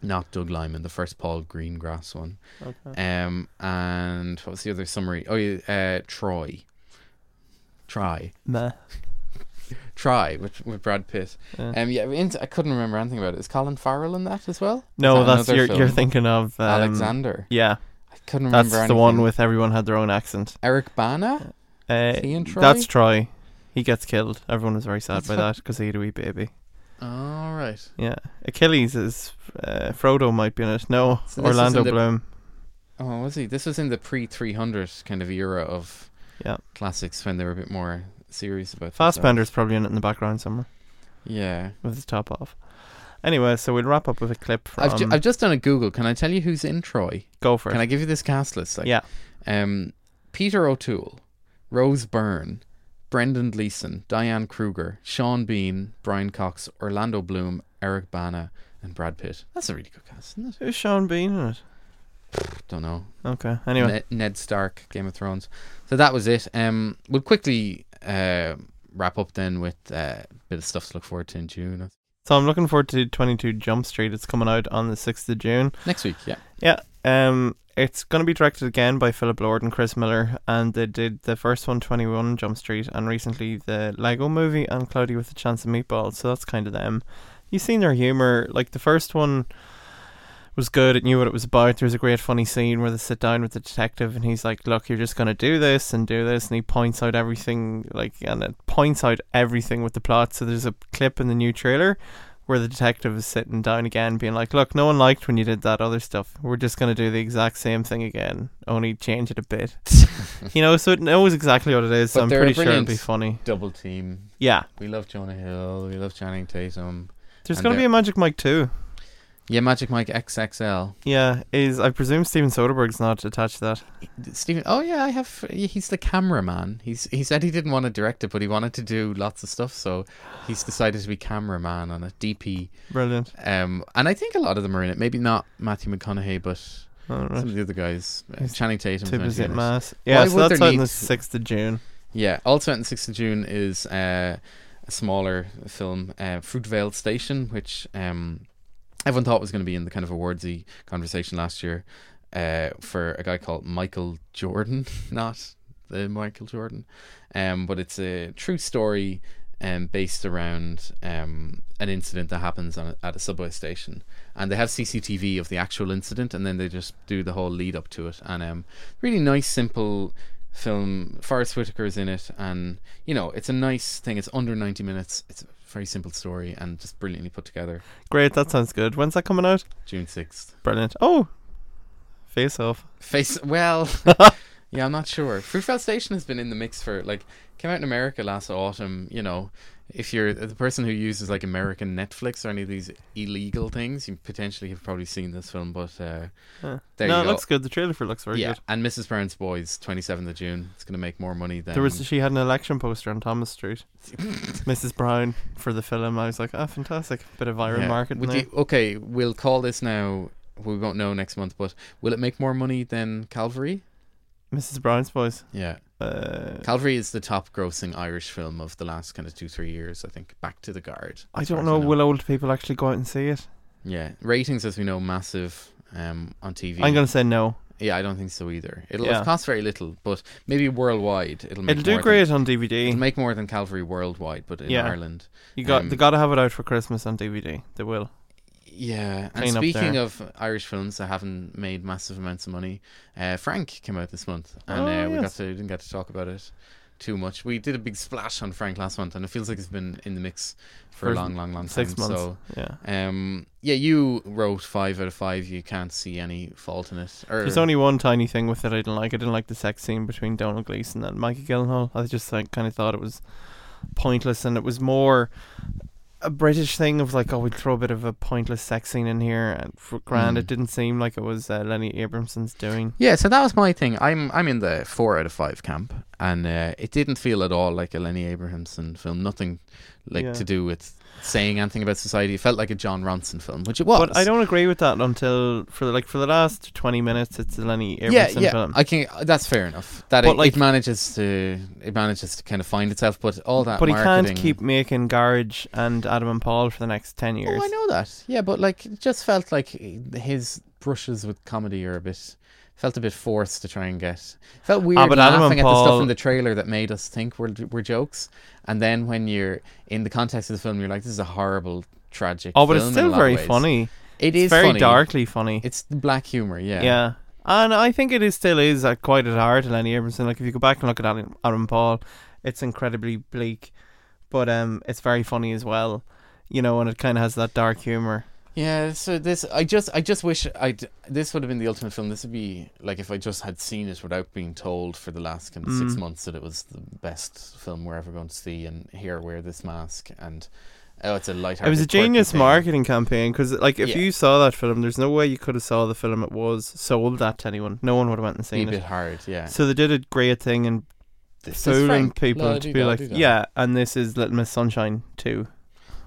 [SPEAKER 1] Not Doug Lyman, the first Paul Greengrass one.
[SPEAKER 2] Okay.
[SPEAKER 1] Um, and what was the other summary? Oh, yeah, uh, Troy. Try.
[SPEAKER 2] Meh.
[SPEAKER 1] Try with, with Brad Pitt.
[SPEAKER 2] Yeah.
[SPEAKER 1] Um, yeah, in- I couldn't remember anything about it. Is Colin Farrell in that as well?
[SPEAKER 2] No,
[SPEAKER 1] Is that
[SPEAKER 2] that's
[SPEAKER 1] another
[SPEAKER 2] you're, you're
[SPEAKER 1] film?
[SPEAKER 2] thinking of um,
[SPEAKER 1] Alexander.
[SPEAKER 2] Yeah,
[SPEAKER 1] I couldn't
[SPEAKER 2] That's
[SPEAKER 1] remember
[SPEAKER 2] the one
[SPEAKER 1] anything.
[SPEAKER 2] with everyone had their own accent.
[SPEAKER 1] Eric Bana.
[SPEAKER 2] Uh,
[SPEAKER 1] Is he in Troy?
[SPEAKER 2] That's Troy. He gets killed. Everyone was very sad
[SPEAKER 1] That's
[SPEAKER 2] by
[SPEAKER 1] what-
[SPEAKER 2] that because he had a wee baby.
[SPEAKER 1] All right.
[SPEAKER 2] Yeah, Achilles is uh, Frodo might be in it. No,
[SPEAKER 1] So this is in
[SPEAKER 2] Orlando
[SPEAKER 1] the-
[SPEAKER 2] Bloom.
[SPEAKER 1] Oh, was he? This was in the pre 300 kind of era of
[SPEAKER 2] yeah
[SPEAKER 1] classics when they were a bit more serious about themselves.
[SPEAKER 2] Fastbender's probably in it in the background somewhere.
[SPEAKER 1] Yeah.
[SPEAKER 2] With his top off. Anyway, so we'll wrap up with a clip from.
[SPEAKER 1] I've, ju- I've just done a Google. Can I tell you who's in Troy?
[SPEAKER 2] Go for it.
[SPEAKER 1] Can I give you this cast list? Like,
[SPEAKER 2] Yeah.
[SPEAKER 1] Um, Peter O'Toole, Rose Byrne, Brendan Gleeson, Diane Kruger, Sean Bean, Brian Cox, Orlando Bloom, Eric Bana, and Brad Pitt. That's a really good cast, isn't
[SPEAKER 2] Who's Sean Bean in it?
[SPEAKER 1] it? Don't know.
[SPEAKER 2] Okay. Anyway.
[SPEAKER 1] Ned, Ned Stark, Game of Thrones. So that was it. Um, we'll quickly uh, wrap up then with uh, a bit of stuff to look forward to in June.
[SPEAKER 2] So I'm looking forward to 22 Jump Street. It's coming out on the 6th of June.
[SPEAKER 1] Next week, yeah.
[SPEAKER 2] Yeah. Um, it's going to be directed again by Philip Lord and Chris Miller, and they did the first one, 21 Jump Street, and recently the Lego Movie and Cloudy with a Chance of Meatballs. So that's kind of them. You've seen their humor. Like the first one was good. It knew what it was about. There's a great funny scene where they sit down with the detective, and he's like, "Look, you're just gonna do this and do this," and he points out everything. Like, and it points out everything with the plot. So there's a clip in the new trailer where the detective is sitting down again, being like, "Look, no one liked when you did that other stuff. We're just gonna do the exact same thing again, only change it a bit." you know, so it knows exactly what it is. so I'm
[SPEAKER 1] they're a
[SPEAKER 2] pretty sure it'll
[SPEAKER 1] brilliant
[SPEAKER 2] be funny.
[SPEAKER 1] Double team.
[SPEAKER 2] Yeah.
[SPEAKER 1] We love Jonah Hill. We love Channing Tatum.
[SPEAKER 2] There's
[SPEAKER 1] And
[SPEAKER 2] gonna be
[SPEAKER 1] they're-
[SPEAKER 2] a Magic Mike too.
[SPEAKER 1] yeah, Magic Mike XXL.
[SPEAKER 2] Yeah, is I presume Steven Soderbergh's not attached to that.
[SPEAKER 1] Steven. Oh yeah, I have. He's the cameraman. He's he said he didn't want to direct it, but he wanted to do lots of stuff, so he's decided to be cameraman on it. DP.
[SPEAKER 2] Brilliant.
[SPEAKER 1] Um, and I think a lot of them are in it. Maybe not Matthew McConaughey, but
[SPEAKER 2] All right.
[SPEAKER 1] some of the other guys. Uh,
[SPEAKER 2] He's
[SPEAKER 1] Channing Tatum.
[SPEAKER 2] Two percent mass.
[SPEAKER 1] Why
[SPEAKER 2] Yeah, so
[SPEAKER 1] would
[SPEAKER 2] that's
[SPEAKER 1] there
[SPEAKER 2] out on
[SPEAKER 1] need
[SPEAKER 2] the
[SPEAKER 1] to-
[SPEAKER 2] sixth of June.
[SPEAKER 1] Yeah, also out on the 6th of June is uh, a smaller film, uh, Fruitvale Station, which um, everyone thought was going to be in the kind of awardsy conversation last year uh, for a guy called Michael Jordan, not the Michael Jordan, um, but it's a true story um, based around um, an incident that happens on a, at a subway station, and they have CCTV of the actual incident, and then they just do the whole lead up to it, and um, really nice, simple film. Forrest Whitaker is in it, and you know it's a nice thing. It's under ninety minutes. It's a very simple story and just brilliantly put together.
[SPEAKER 2] Great, that sounds good. When's that coming out?
[SPEAKER 1] June sixth.
[SPEAKER 2] Brilliant. Oh, face off.
[SPEAKER 1] Face well, yeah, I'm not sure. Fruitvale Station has been in the mix for like came out in America last autumn. You know, if you're uh, the person who uses like American Netflix or any of these illegal things, you potentially have probably seen this film. But uh,
[SPEAKER 2] Huh.
[SPEAKER 1] there
[SPEAKER 2] no,
[SPEAKER 1] you
[SPEAKER 2] it
[SPEAKER 1] go.
[SPEAKER 2] looks good. The trailer for it looks very
[SPEAKER 1] yeah,
[SPEAKER 2] good.
[SPEAKER 1] and Mrs. Brown's Boys, 27th of June. It's going to make more money than
[SPEAKER 2] There was she had an election poster on Thomas Street, Mrs. Brown for the film. I was like, ah, fantastic, bit of viral
[SPEAKER 1] Yeah.
[SPEAKER 2] marketing.
[SPEAKER 1] Would
[SPEAKER 2] there.
[SPEAKER 1] you- okay, we'll call this now. We won't know next month, but will it make more money than Calvary?
[SPEAKER 2] Mrs. Brown's boys.
[SPEAKER 1] Yeah.
[SPEAKER 2] Uh,
[SPEAKER 1] Calvary is the top grossing Irish film of the last kind of two, three years, I think. Back to the Guard.
[SPEAKER 2] I
[SPEAKER 1] as far
[SPEAKER 2] don't
[SPEAKER 1] as
[SPEAKER 2] know. Will old people actually go out and see it?
[SPEAKER 1] Yeah. Ratings, as we know, massive um, on TV.
[SPEAKER 2] I'm gonna say no.
[SPEAKER 1] Yeah, I don't think so either. It'll
[SPEAKER 2] Yeah.
[SPEAKER 1] it'll cost very little, but maybe worldwide it'll make
[SPEAKER 2] It'll do
[SPEAKER 1] more
[SPEAKER 2] great
[SPEAKER 1] than,
[SPEAKER 2] on DVD.
[SPEAKER 1] It'll make more than Calvary worldwide, but in
[SPEAKER 2] yeah,
[SPEAKER 1] Ireland.
[SPEAKER 2] you got
[SPEAKER 1] um,
[SPEAKER 2] they got to have it out for Christmas on DVD. They will.
[SPEAKER 1] Yeah, and
[SPEAKER 2] Clean up
[SPEAKER 1] speaking
[SPEAKER 2] there.
[SPEAKER 1] of Irish films that haven't made massive amounts of money, uh, Frank came out this month, and
[SPEAKER 2] Oh,
[SPEAKER 1] uh, we got
[SPEAKER 2] yes.
[SPEAKER 1] to didn't get to talk about it too much. We did a big splash on Frank last month, and it feels like it's been in the mix for, a
[SPEAKER 2] For
[SPEAKER 1] long, long, long time.
[SPEAKER 2] six months,
[SPEAKER 1] So
[SPEAKER 2] yeah.
[SPEAKER 1] um, yeah, you wrote five out of five. You can't see any fault in it. Or,
[SPEAKER 2] There's only one tiny thing with it I didn't like. I didn't like the sex scene between Donald Gleason and Mikey Gyllenhaal. I just like, kind of thought it was pointless, and it was more a British thing of like, oh, we'd throw a bit of a pointless sex scene in here. And for grand,
[SPEAKER 1] Mm.
[SPEAKER 2] it didn't seem like it was uh, Lenny Abramson's doing.
[SPEAKER 1] Yeah, so that was my thing. I'm I'm in the four out of five camp, and uh, it didn't feel at all like a Lenny Abrahamson film. Nothing like
[SPEAKER 2] Yeah.
[SPEAKER 1] to do with saying anything about society. It felt like a John Ronson film, which it was.
[SPEAKER 2] But I don't agree with that until for like for the last twenty minutes, it's a Lenny Abramson
[SPEAKER 1] yeah, yeah,
[SPEAKER 2] film.
[SPEAKER 1] I can. That's fair enough. That
[SPEAKER 2] But,
[SPEAKER 1] it,
[SPEAKER 2] like-
[SPEAKER 1] it manages to it manages to kind of find itself, but all that.
[SPEAKER 2] but he
[SPEAKER 1] marketing,
[SPEAKER 2] can't keep making Garage and Adam and Paul for the next ten years.
[SPEAKER 1] Oh, I know that. Yeah, but like, it just felt like his brushes with comedy are a bit felt a bit forced to try and get. Felt weird
[SPEAKER 2] Ah, but Adam and
[SPEAKER 1] laughing at the stuff
[SPEAKER 2] Paul-
[SPEAKER 1] in the trailer that made us think we're we're jokes, and then when you're in the context of the film, you're like, this is a horrible, tragic.
[SPEAKER 2] Oh, but it's
[SPEAKER 1] film in a
[SPEAKER 2] still
[SPEAKER 1] lot of
[SPEAKER 2] very
[SPEAKER 1] ways.
[SPEAKER 2] funny.
[SPEAKER 1] It
[SPEAKER 2] It's
[SPEAKER 1] is
[SPEAKER 2] very
[SPEAKER 1] funny.
[SPEAKER 2] darkly funny.
[SPEAKER 1] It's the black humor. Yeah.
[SPEAKER 2] Yeah. And I think it is still is at quite at heart of Lenny Abramson. Like if you go back and look at Adam, Adam Paul, it's incredibly bleak, but um, it's very funny as well. You know, and it kind of has that dark humor.
[SPEAKER 1] Yeah, so this I just I just wish I this would have been the ultimate film. This would be like if I just had seen it without being told for the last kind of six
[SPEAKER 2] Mm.
[SPEAKER 1] months that it was the best film we're ever going to see, and here wear this mask, and oh, it's a lighthearted.
[SPEAKER 2] It was a
[SPEAKER 1] quirky
[SPEAKER 2] genius
[SPEAKER 1] thing.
[SPEAKER 2] marketing campaign because, like, if
[SPEAKER 1] Yeah.
[SPEAKER 2] you saw that film, there's no way you could have saw the film. It was sold that to anyone. No one would have went and
[SPEAKER 1] Be
[SPEAKER 2] seen
[SPEAKER 1] a
[SPEAKER 2] it.
[SPEAKER 1] bit hard, yeah.
[SPEAKER 2] So they did a great thing and
[SPEAKER 1] This is
[SPEAKER 2] fooling
[SPEAKER 1] Frank.
[SPEAKER 2] people
[SPEAKER 1] La
[SPEAKER 2] to
[SPEAKER 1] di
[SPEAKER 2] be
[SPEAKER 1] da
[SPEAKER 2] like,
[SPEAKER 1] di da.
[SPEAKER 2] yeah, and this is Little Miss Sunshine too.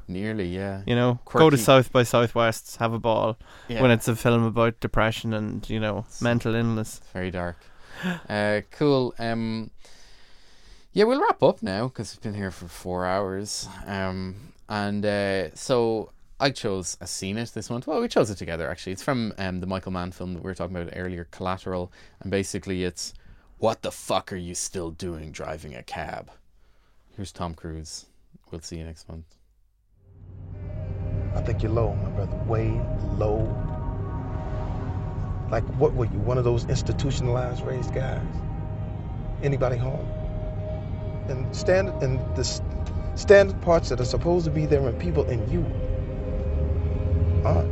[SPEAKER 1] Nearly, yeah.
[SPEAKER 2] You know, go to
[SPEAKER 1] Quirky.
[SPEAKER 2] South by Southwest, have a ball. When
[SPEAKER 1] Yeah.
[SPEAKER 2] it's a film about depression and you know mental illness,
[SPEAKER 1] very dark. Uh, cool. Um, yeah, we'll wrap up now because we've been here for four hours. Um, and uh, so I chose a scene it this month. Well, we chose it together actually. It's from um, the Michael Mann film that we were talking about earlier, Collateral, and basically it's what the fuck are you still doing driving a cab? Here's Tom Cruise. We'll see you next month.
[SPEAKER 15] I think you're low, my brother. Way low. Like, what were you? One of those institutionalized raised guys? Anybody home? And stand and the s- standard parts that are supposed to be there in people and you aren't.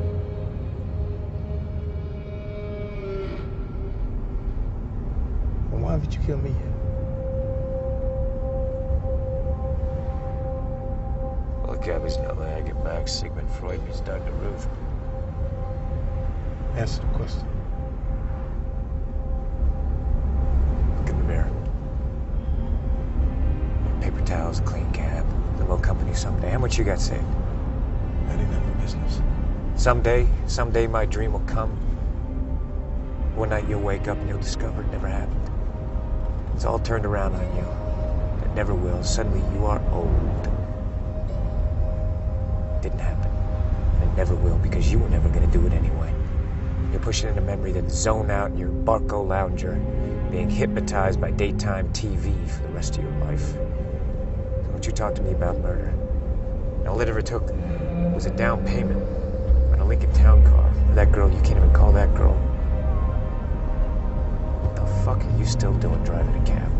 [SPEAKER 15] Then why did you kill me?
[SPEAKER 16] Well, the Gabby's not letting I get back. Sigmund Freud and he's dug the roof.
[SPEAKER 15] Answer the question.
[SPEAKER 16] Look in the mirror. Paper towels, clean cab. Limo company someday. How much you got saved?
[SPEAKER 15] That ain't none of your business.
[SPEAKER 16] Someday, someday my dream will come. One night you'll wake up and you'll discover it never happened. It's all turned around on you. It never will. Suddenly you are old. Didn't happen. It never will because you were never going to do it anyway. You're pushing into memory that zone out in your Barco lounger, being hypnotized by daytime TV for the rest of your life. So don't you talk to me about murder. And all it ever took was a down payment on a Lincoln Town car. That girl, you can't even call that girl. What the fuck are you still doing driving a cab?